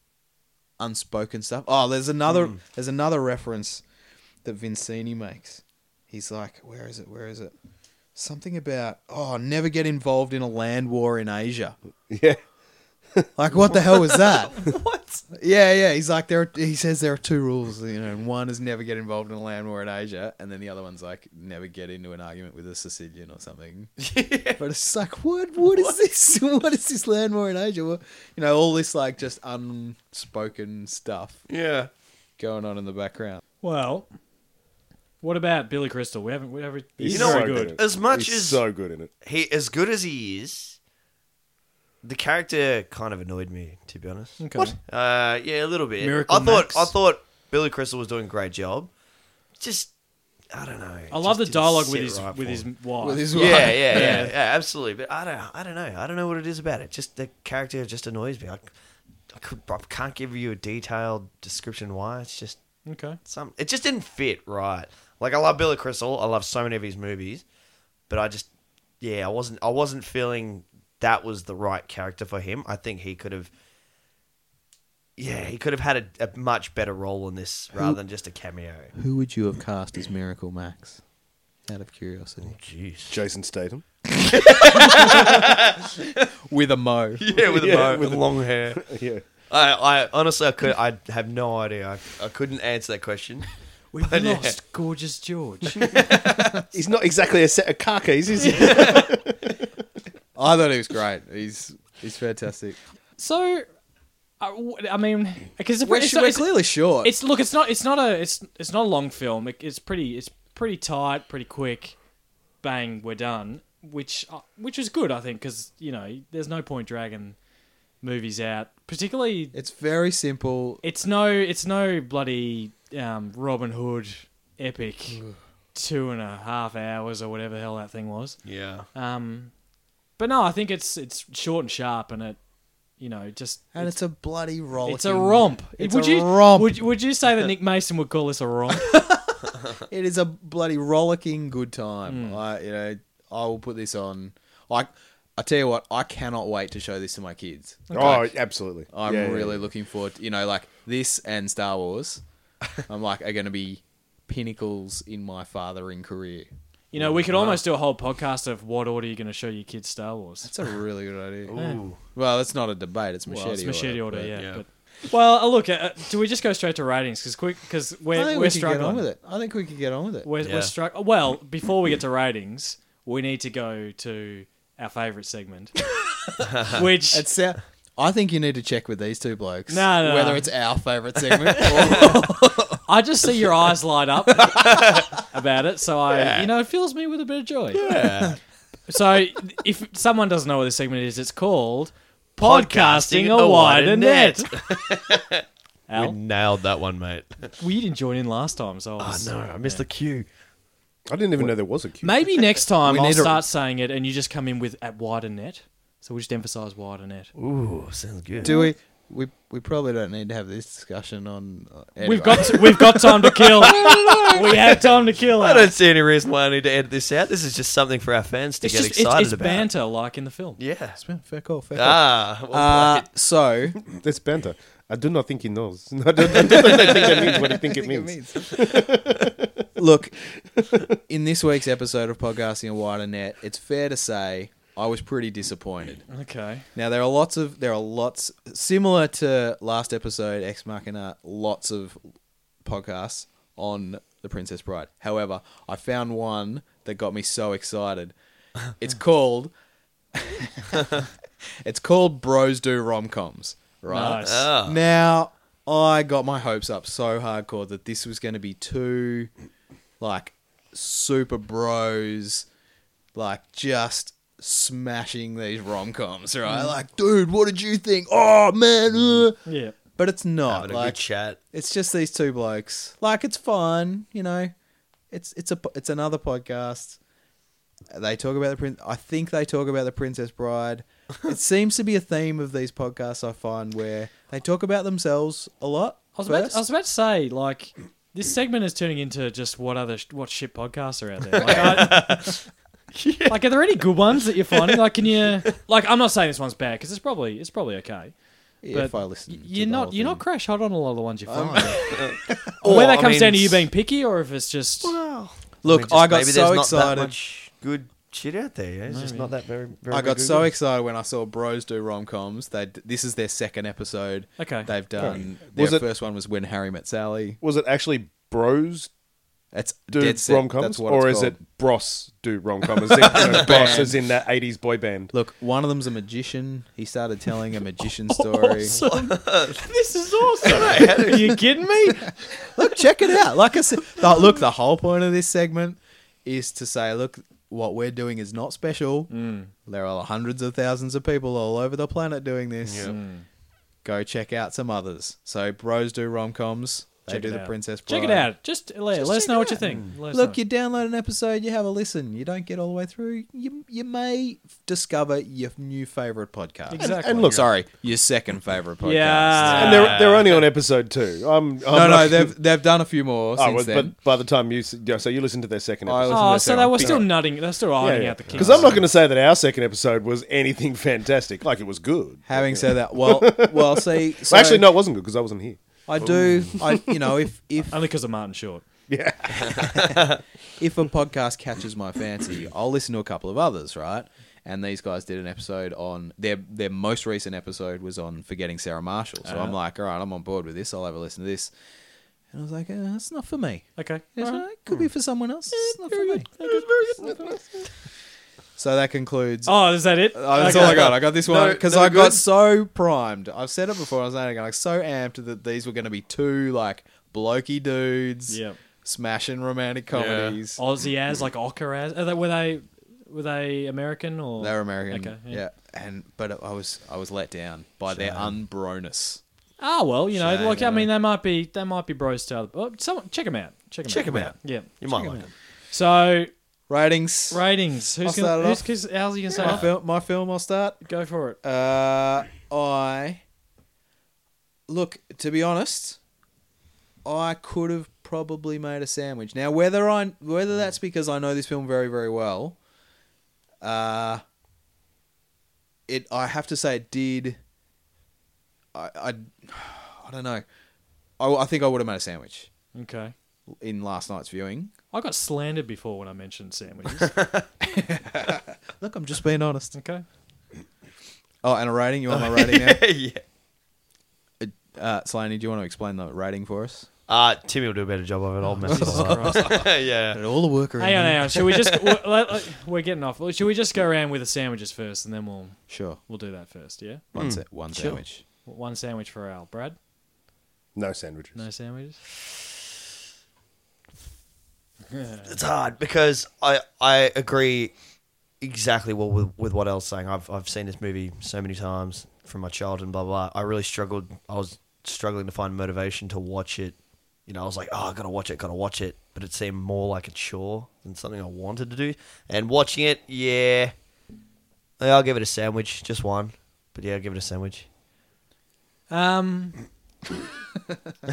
S4: unspoken stuff. Oh, there's another there's another reference that Vincini makes. He's like, where is it? Where is it? Something about oh, never get involved in a land war in Asia.
S3: Yeah.
S4: Like, what the hell was that?
S2: what?
S4: Yeah, yeah. He's like there. Are, he says there are two rules, you know, and one is never get involved in a land war in Asia, and then the other one's like never get into an argument with a Sicilian or something. But it's just like, what? What is this? What is this land war in Asia? What, you know, all this like just unspoken stuff
S2: Yeah.
S4: going on in the background.
S1: Well, what about Billy Crystal? We haven't. We haven't he's
S3: He's
S2: know
S1: very
S3: so
S1: good.
S3: in it.
S2: As much
S3: He's
S2: as-
S3: so good in it.
S2: He as good as he is, the character kind of annoyed me to be honest.
S1: Okay.
S2: Uh, yeah, a little bit.
S1: Miracle
S2: I thought
S1: Max.
S2: I thought Billy Crystal was doing a great job. Just I don't know.
S1: I love the dialogue with his with his
S4: Oh,
S1: wife.
S2: Yeah, yeah, yeah,
S1: Yeah.
S2: yeah, absolutely. But I don't, I don't know. I don't know what it is about it. Just the character just annoys me. I, I, could, I can't give you a detailed description why. It's just
S1: Okay.
S2: some. It just didn't fit right. Like I love Billy Crystal. I love so many of his movies, but I just yeah, I wasn't. I wasn't feeling that was the right character for him. I think he could have. Yeah, he could have had a, a much better role in this rather than just a cameo.
S4: Who would you have cast as Miracle Max? Out of curiosity.
S2: Jeez.
S3: Jason Statham.
S4: With a mo.
S2: Yeah, with a
S3: Yeah,
S2: bow,
S3: with
S2: with long hair.
S3: Yeah.
S2: I, I honestly, I could, I have no idea. I, I couldn't answer that question.
S1: We've
S2: But, yeah.
S1: lost gorgeous George.
S3: He's not exactly a set of car keys, is he?
S4: I thought he was great. He's he's fantastic.
S1: so, I, w- I mean, because
S4: We're,
S1: it's,
S4: we're
S1: it's,
S4: clearly short.
S1: it's look, it's not, it's not a, it's, it's not a long film. It, it's pretty, it's pretty tight, pretty quick. Bang, we're done. Which, uh, which is good, I think, because you know, there's no point dragging movies out, particularly
S4: it's very simple.
S1: It's no, it's no bloody um, Robin Hood epic, two and a half hours or whatever the hell that thing was.
S2: Yeah.
S1: Um, but no, I think it's it's short and sharp, and it, you know, just
S4: And it's, a bloody romp.
S1: it's a romp.
S4: It's
S1: would
S4: a
S1: you,
S4: romp.
S1: Would would you say that Nick Mason would call this a romp?
S4: It is a bloody rollicking good
S1: Hmm.
S4: time. I, you know, I will put this on. Like, I tell you what, I cannot wait to show this to my kids.
S3: Oh, absolutely.
S4: I'm
S3: Yeah, yeah,
S4: really
S3: yeah.
S4: looking forward. To, you know, like this and Star Wars. I'm like are going to be pinnacles in my fathering career.
S1: You know, we could almost do a whole podcast of what order you're going to show your kids Star Wars.
S4: That's a really good idea.
S2: Ooh.
S4: Well, that's not a debate. It's machete.
S1: Well, it's machete order,
S4: but-
S1: yeah.
S2: yeah.
S1: But, well, uh, look, uh, uh, do we just go straight to ratings? Because quick, because
S4: I
S1: we're
S4: think
S1: we're
S4: we could get on
S1: struggling
S4: with it. I think we could get on with it.
S1: We're,
S2: Yeah.
S1: we're struck. Well, before we get to ratings, we need to go to our favourite segment, which
S4: It's uh, I think you need to check with these two blokes.
S1: No, no,
S4: whether
S1: no.
S4: it's our favourite segment. or...
S1: I just see your eyes light up about it. So I, you know, it fills me with a bit of joy.
S2: Yeah.
S1: So if someone doesn't know what this segment is, it's called
S2: Podcasting
S1: podcasting,
S2: a
S1: a wider
S2: Wider
S1: net.
S2: We
S1: Al,
S2: nailed that one, mate.
S1: we didn't join in last time, so I
S2: Oh
S1: was,
S2: no, I missed the cue.
S3: I didn't even know there was a queue.
S1: maybe next time
S4: We
S1: I'll
S4: need to-
S1: start saying it, and you just come in with at wider net. So we just emphasise wider net.
S2: Ooh, sounds good.
S4: Do we? We we probably don't need to have this discussion on. uh, anyway.
S1: We've got we've got time to kill. we have time to kill.
S2: I
S1: Al.
S2: don't see any reason why I need to edit this out. This is just something for our fans to
S1: it's
S2: get
S1: just it's,
S2: excited
S1: it's
S2: about.
S1: banter like in the film.
S2: Yeah.
S4: fair call. Fair call.
S2: Ah. well
S4: Uh, so
S3: That's banter. I do not think he knows. I don't, I don't think that means what I think it means.
S4: Look, in this week's episode of Podcasting a Wider Net, it's fair to say I was pretty disappointed.
S1: Okay.
S4: Now there are lots of there are lots similar to last episode Ex Machina, lots of podcasts on the Princess Bride. However, I found one that got me so excited. It's called It's called Bros Do Rom Coms, right?
S1: Nice.
S2: ah.
S4: Now, I got my hopes up so hardcore that this was going to be two, like, super bros, like, just smashing these rom coms,
S2: Mm.
S4: right? Like, dude, what did you think? Oh, man. uh."
S1: Yeah.
S4: But it's not.
S2: Having a
S4: like,
S2: good chat.
S4: it's just these two blokes. Like it's fun, you know. It's it's a po- it's another podcast. They talk about the prin. I think they talk about the Princess Bride. it seems to be a theme of these podcasts. I find where they talk about themselves a lot.
S1: I was, about to,
S4: first.
S1: I was about to say like this segment is turning into just what other sh- what shit podcasts are out there. Like, I, like, are there any good ones that you're finding? Like, can you like? I'm not saying this one's bad because it's probably it's probably okay.
S4: if
S1: but
S4: I listen,
S1: Y-
S4: to
S1: You're
S4: the
S1: not
S4: whole
S1: you're
S4: thing. Um,
S1: not crash hot on a lot of the ones you find. or whether
S2: Well,
S1: that
S2: Oh, I
S1: comes down to
S2: mean-
S1: you being picky, or if it's just
S4: Look,
S2: mean, just
S4: I got
S2: maybe
S4: so
S2: there's Not that
S4: excited.
S2: much good shit out there. Yeah? It's just not that very. very
S4: I got
S2: good.
S4: so excited when I saw Bros do rom coms. They d- this is their second episode.
S1: Okay.
S4: they've done. Their
S3: Was it-
S4: first one was when Harry met Sally.
S3: Was it actually bros
S4: That's
S3: do
S4: dead set.
S3: rom
S4: That's
S3: coms,
S4: what
S3: or
S4: it's
S3: is
S4: called.
S3: it bros do rom coms? As in, you know, bros as in that '80s boy band.
S4: Look, one of them's a magician. He started telling a magician
S1: Oh,
S4: story.
S1: awesome. this is awesome. are you kidding me?
S4: look, check it out. Like I said, the, look, the whole point of this segment is to say, look, what we're doing is not special.
S1: Mm.
S4: There are hundreds of thousands of people all over the
S1: Mm.
S4: planet doing this. Go check out some others. So, bros do rom coms. They
S1: Check
S4: do
S1: it
S4: the
S1: out.
S4: Princess Bride.
S1: Check it out. Just let,
S4: Just
S1: let us
S4: check
S1: know
S4: it
S1: what you
S4: out.
S1: think. Let us
S4: Look,
S1: know.
S4: you download an episode, you have a listen. You don't get all the way through. You you may f- discover your new favorite podcast.
S1: Exactly.
S3: And, and look,
S4: Sorry, your second favorite podcast.
S1: Yeah.
S3: and they're, they're only on episode two. I'm, I'm
S4: No,
S3: not-
S4: no, they've they've done a few more
S3: Oh,
S4: since
S3: but-
S4: then.
S3: but by the time you, s- yeah, so you listened to their second
S4: I
S3: episode.
S4: listen to
S1: oh, so
S4: their
S1: they were
S4: second-
S1: still nutting. They're still ironing out the king.
S3: Because I'm not going to say that our second episode was anything fantastic. Like it was good.
S4: Having said that, well, well, see, so
S3: Well, actually, no, it wasn't good because I wasn't here.
S4: I do. I you know if if
S1: Only because of Martin Short.
S4: if a podcast catches my fancy, I'll listen to a couple of others, right? And these guys did an episode on their their most recent episode was on forgetting Sarah Marshall. So
S3: Uh-huh.
S4: I'm like, all right, I'm on board with this. I'll have a listen to this. And I was like, uh, that's not for me.
S1: Okay.
S4: It's
S1: All right.
S4: not- it could be for someone else. It's not for me. So that concludes.
S1: Oh, is that it?
S4: Oh, that's
S1: Okay.
S4: all I got. I got this
S2: No-
S4: one because
S2: no
S4: I
S2: good?
S4: got so primed. I've said it before. I was saying it again, like so amped that these were going to be two like blokey dudes,
S1: Yep.
S4: smashing romantic comedies.
S1: Aussie as like Ocker as are they, were they were they American or
S4: They were American,
S1: Oh. Okay, yeah.
S4: yeah. And but I was I was let down by their unbroness.
S1: Ah, well, you know,
S4: Shame,
S1: like I
S4: yeah.
S1: mean, they might be they might be bros to other. Well, someone check them out. Check them
S2: Check
S1: out.
S2: 'em out.
S1: Yeah.
S2: You might like them.
S1: So
S4: Ratings.
S1: ratings. Who's
S4: I'll
S1: gonna?
S4: start it
S1: Who's,
S4: off.
S1: who's, how's he gonna say?
S4: My film. My film. I'll start.
S1: Go for it.
S4: Uh, I look to be honest, I could have probably made a sandwich. Now whether I whether that's because I know this film very very well, uh, it I have to say it did. I I, I don't know. I, I think I would have made a sandwich
S1: Okay.
S4: in last night's viewing.
S1: I got slandered before when I mentioned sandwiches.
S4: Look, I'm just being honest.
S1: okay.
S4: Oh, and a rating. You want my rating now?
S2: yeah.
S4: Uh, Slaney, do you want to explain the rating for us?
S2: Uh, Timmy will do a better job of it. I'll mess
S1: Jesus
S2: it up.
S1: Christ.
S2: yeah.
S4: all the work
S1: Hang on, hang on. Should we just? we're, let- let- we're getting off. Should we just go around with the sandwiches first, and then we'll
S4: Sure.
S1: we'll do that first? Yeah.
S4: One, sa- one
S2: sure.
S4: sandwich.
S1: One sandwich for Al. Brad.
S3: No sandwiches.
S1: No sandwiches.
S2: It's hard because I I agree exactly well with, with what I was saying. I've I've seen this movie so many times from my childhood and blah blah. I really struggled. I was struggling to find motivation to watch it. You know, I was like, oh, I gotta watch it, gotta watch it. But it seemed more like a chore than something I wanted to do. And watching it, yeah, Yeah, I'll give it a sandwich, just one. But yeah, I'll give it a sandwich.
S1: Um. no,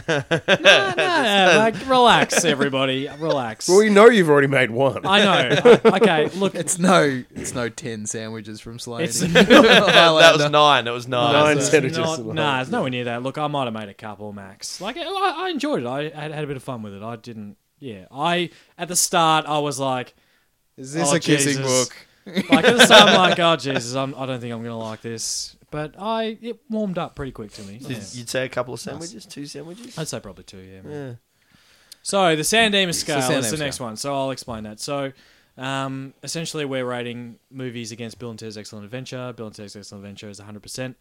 S1: no, no, like, relax, everybody. Relax.
S3: Well, we know you've already made one.
S1: I know. I- okay, look, it's
S4: It's no, it's no ten sandwiches from Slade.
S1: It's-
S4: Oh,
S2: that was nine. That was nine.
S3: Nine
S2: So-
S3: sandwiches.
S1: not, nah, it's nowhere near that. Look, I might have made a couple max. Like, I, I enjoyed it. I had, had a bit of fun with it. I didn't. Yeah, I at the start I was like,
S4: Is this
S1: Oh,
S4: a kissing
S1: Jesus.
S4: book?
S1: like at the start I'm like, oh Jesus, I'm, I don't think I'm gonna like this. But I it warmed up pretty quick to me. Yeah.
S2: You'd say a couple of sandwiches, two sandwiches.
S1: I'd say probably two. Yeah. man. So the San Dimas scale
S4: San
S1: is the
S4: Dimas
S1: next
S4: scale.
S1: one. So I'll explain that. So um, essentially, we're rating movies against Bill and Ted's Excellent Adventure. Bill and Ted's Excellent Adventure is 100%.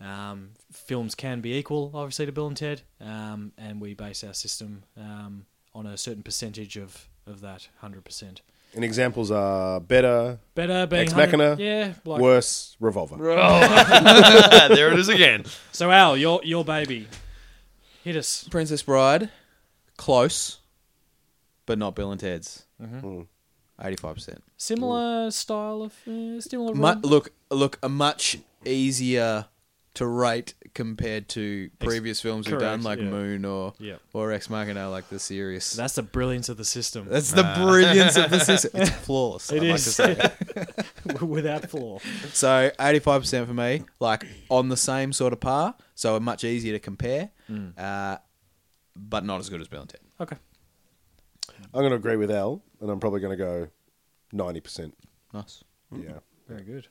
S1: Um, films can be equal, obviously, to Bill and Ted, um, and we base our system um, on a certain percentage of, of that 100%.
S3: And examples are better,
S1: Better being
S3: Ex
S1: 100
S3: Machina,
S1: yeah. Like,
S3: worse, revolver.
S2: there it is again.
S1: so Al, your your baby, hit us.
S4: Princess Bride, close, but not Bill and Ted's. Mm-hmm. Eighty-five percent.
S1: Similar style of uh, similar. run?
S4: Look, look, a much easier to rate compared to previous films we've done,
S1: correct,
S4: like
S1: yeah.
S4: Moon or
S1: Yeah.
S4: or Ex Machina, like the serious.
S1: That's the brilliance of the system.
S4: That's the brilliance of the system. It's flawless.
S1: It
S4: I'd like to
S1: is
S4: say.
S1: without flaw.
S4: So eighty five percent for me, like on the same sort of par, so much easier to compare,
S2: Mm.
S4: uh, but not as good as Bill and Ted.
S1: Okay.
S3: I'm going to agree with Al, and I'm probably going to go 90%.
S4: Nice.
S1: Hmm.
S3: Yeah.
S1: Very good.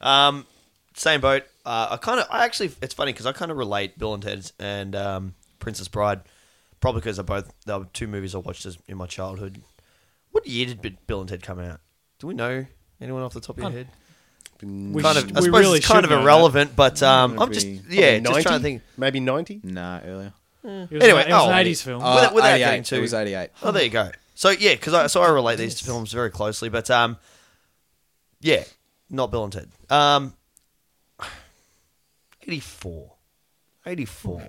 S2: Um, same boat. Uh, I kind of, I actually, it's funny because I kind of relate Bill and Ted's and um, Princess Bride, probably because they're both they were two movies I watched as, in my childhood. What year did Bi- Bill and Ted come out? Do we know anyone off the top of your
S1: Can't-
S2: head?
S1: We
S2: Mm. kind
S1: sh-
S2: of, I
S1: we
S2: suppose
S1: really
S2: it's kind
S1: should
S2: of
S1: know Mm. that.
S2: irrelevant, but um, I'm just
S4: Maybe-
S2: yeah,
S3: Probably
S2: just trying to think.
S3: Maybe 90?
S4: Nah, earlier.
S1: It was,
S2: Anyway,
S1: it was
S2: oh.
S1: an eighties film.
S2: Uh, Without- without getting
S4: 88.
S2: too-
S4: It was eighty eight.
S2: Oh, there you go. So yeah, because I so I relate these films very closely, but um, yeah, not Bill and Ted. Um, eighty four.
S1: Oh
S2: 84.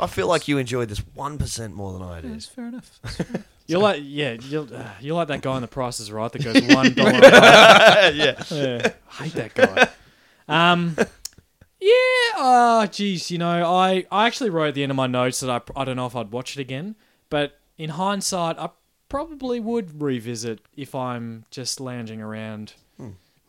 S2: I feel like you enjoyed this 1% more than I did.
S4: fair enough.
S1: You're like, yeah, you're, uh, you're like that guy in The Price is Right that goes one dollar. yeah. I hate that guy. Um, yeah, oh, geez, you know, I, I actually wrote at the end of my notes that I, pr- I don't know if I'd watch it again, but in hindsight, I probably would revisit if I'm just lounging around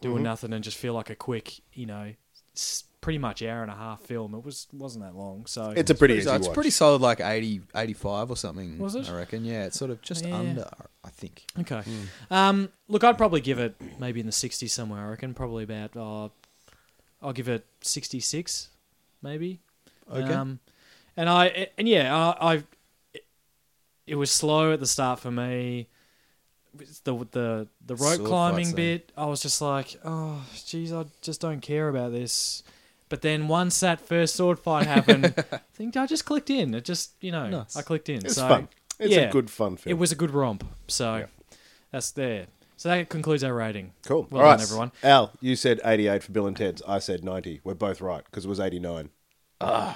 S1: doing nothing and just feel like a quick, you know, s- pretty much hour and a half film. It was, wasn't that long, so...
S3: It's a pretty
S4: It's,
S3: easy
S4: it's
S3: watch.
S4: pretty solid, like 80, 85 or something.
S1: Was it?
S4: I reckon. Yeah, it's sort of just
S1: Yeah.
S4: under, I think.
S1: Okay.
S4: Hmm.
S1: Um, look, I'd probably give it maybe in the 60s somewhere. I reckon probably about uh, I'll give it 66, maybe.
S4: Okay.
S1: Um, and I and yeah, I, I it was slow at the start for me. It's The the the rope
S4: Sword
S1: climbing
S4: fight scene.
S1: bit, I was just like, oh, geez, I just don't care about this. But then once that first sword fight happened, I think I just clicked in. It just you know,
S4: Nice.
S1: I clicked in.
S3: It's
S1: so
S3: fun. It's
S1: yeah.
S3: a good fun film.
S1: it was a good romp. So that's there. So that concludes our rating.
S3: cool.
S1: Well
S3: All
S1: done,
S3: right,
S1: everyone.
S3: Al, you said 88 for Bill and Ted's. I said 90. We're both right because it was 89.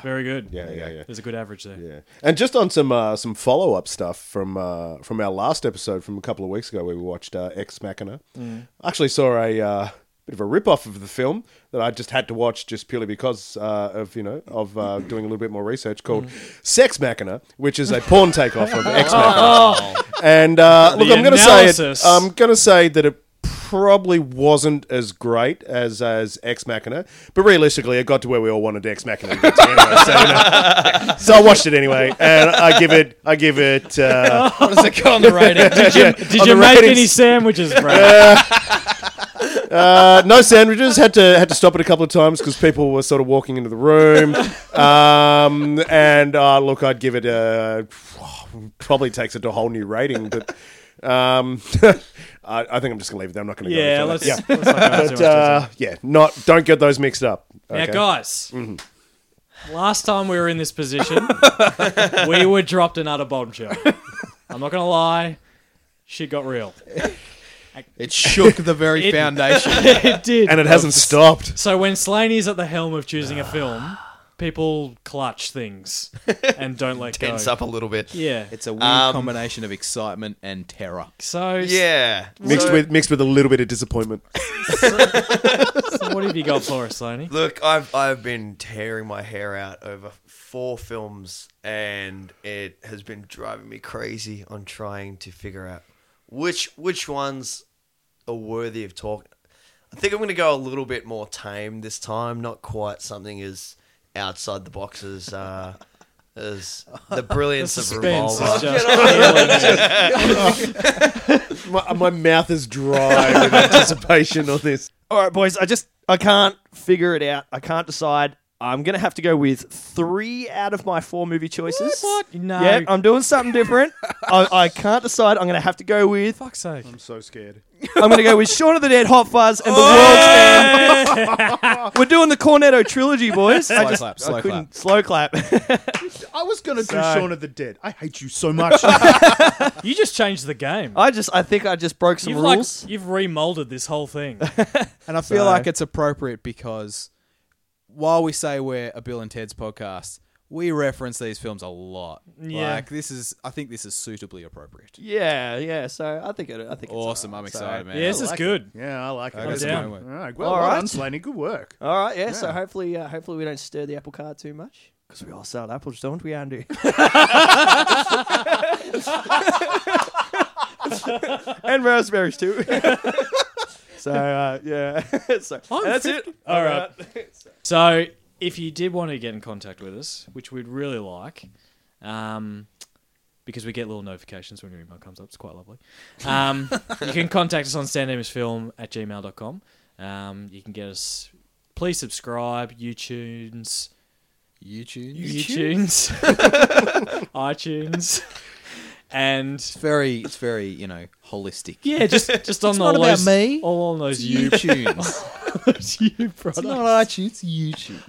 S1: Very good.
S3: Ah. Yeah, yeah, yeah.
S1: There's a good average there.
S3: Yeah, and just on some uh, some follow up stuff from uh, from our last episode from a couple of weeks ago, where we watched uh, Ex Machina. I actually saw a uh, bit of a rip off of the film that I just had to watch just purely because uh, of you know of uh, doing a little bit more research called Sex Machina, which is a porn takeoff of Ex Machina. and uh, look,
S1: The
S3: I'm going to say it.
S1: analysis.
S3: I'm going to say that it probably wasn't as great as as Ex Machina, but realistically, it got to where we all wanted Ex Machina to get to anyway. So, you know. So I watched it anyway, and I give it. I give it. Uh,
S4: What does it go on the rating?
S1: Did you, did
S3: On
S1: you
S3: the
S1: make
S3: ratings-
S1: any sandwiches, bro?
S3: uh, no sandwiches. Had to had to stop it a couple of times because people were sort of walking into the room. Um, and uh, look, I'd give it a probably takes it to a whole new rating, but. Um, I, I think I'm just gonna leave it there. I'm not gonna.
S1: yeah,
S3: go into
S1: let's.
S3: that.
S1: let's not go into too much
S3: But uh, yeah, not don't get those mixed up.
S1: detail.
S3: okay? Mm-hmm.
S1: Now, guys, last time we were in this position, we were dropped another bombshell. I'm not going to lie, shit got real.
S4: It shook the very
S1: It-
S4: foundation.
S1: it did.
S3: and it hasn't stopped.
S1: So when Slaney's at the helm of choosing a film, people clutch things and don't let go.
S2: Tense up a little bit.
S1: Yeah.
S4: It's a weird
S2: Um,
S4: combination of excitement and terror.
S1: so
S2: Yeah.
S3: Mixed
S2: So-
S3: with mixed with a little bit of disappointment.
S1: So what have you got for us, Slaney?
S2: Look, I've I've been tearing my hair out over four films, and it has been driving me crazy on trying to figure out which which ones are worthy of talk. I think I'm going to go a little bit more tame this time. Not quite something as outside the box as uh, as the brilliance
S1: The
S2: of
S1: suspense is
S2: Revolver.
S1: just-
S3: My, my mouth is dry with anticipation on this.
S2: All right, boys. I just I can't figure it out. I can't decide. I'm gonna have to go with three out of my four movie choices.
S1: What? No.
S2: Yeah, I'm doing something different. I, I can't decide. I'm gonna have to go with.
S1: Fuck's sake.
S3: I'm so scared.
S2: I'm gonna go with Shaun of the Dead, Hot Fuzz, and the World's End. We're doing the Cornetto trilogy, boys. I
S4: Slow
S2: just
S4: clap, slow
S2: I couldn't
S4: clap.
S2: slow clap.
S3: I was gonna
S2: So-
S3: do Shaun of the Dead. I hate you so much.
S1: You just changed the game.
S2: I just I think I just broke some
S1: you've
S2: rules.
S1: like you've remolded this whole thing.
S4: And I feel
S2: So-
S4: like it's appropriate because while we say we're a Bill and Ted's podcast, we reference these films a lot.
S1: Yeah.
S4: Like this is I think this is suitably appropriate.
S2: yeah, yeah. So I think it, I think it's
S4: Awesome. I'm
S2: alright, so-
S4: excited, man.
S1: yeah, this is good.
S3: yeah, I like it.
S4: I got
S1: I'm
S4: some
S1: down.
S4: homework.
S3: right, well,
S2: All
S3: well
S2: right.
S3: done, Slaney. Good work.
S2: All right, yeah. So
S3: Yeah.
S2: hopefully, uh, hopefully we don't stir the apple cart too much because we all sell apples, don't we, Andy? and raspberries too. so uh, yeah, so
S1: I'm
S2: that's
S1: fifty-
S2: it.
S1: All right. So if you did want to get in contact with us, which we'd really like, um, because we get little notifications when your email comes up, it's quite lovely. Um, you can contact us on standamagefilm at gmail.com. Um, you can get us, please subscribe, YouTunes,
S4: YouTube.
S1: YouTunes, iTunes, and
S4: It's very it's very, you know, holistic.
S1: yeah, just just on all
S4: not about
S1: those
S4: me.
S1: all on those you
S4: YouTunes.
S1: those you products.
S4: iTunes, YouTube.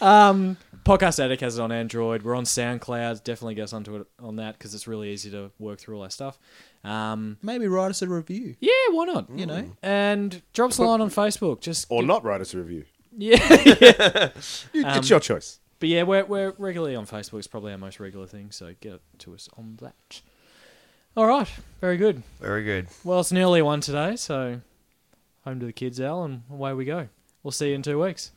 S1: um, Podcast Addict has it on Android. We're on SoundCloud. Definitely get us onto it on that because it's really easy to work through all our stuff. Um,
S4: Maybe write us a review. Mm.
S1: yeah, why not? You know, and drop us a line on Facebook. Just
S3: Or
S1: give-
S3: not write us a review.
S1: Yeah, yeah.
S3: You-
S1: Um,
S3: it's your choice.
S1: But yeah, we're, we're regularly on Facebook. It's probably our most regular thing, so get up to us on that. All right, very good.
S2: Very good.
S1: Well, it's nearly one today, so home to the kids, Al, and away we go. We'll see you in two weeks.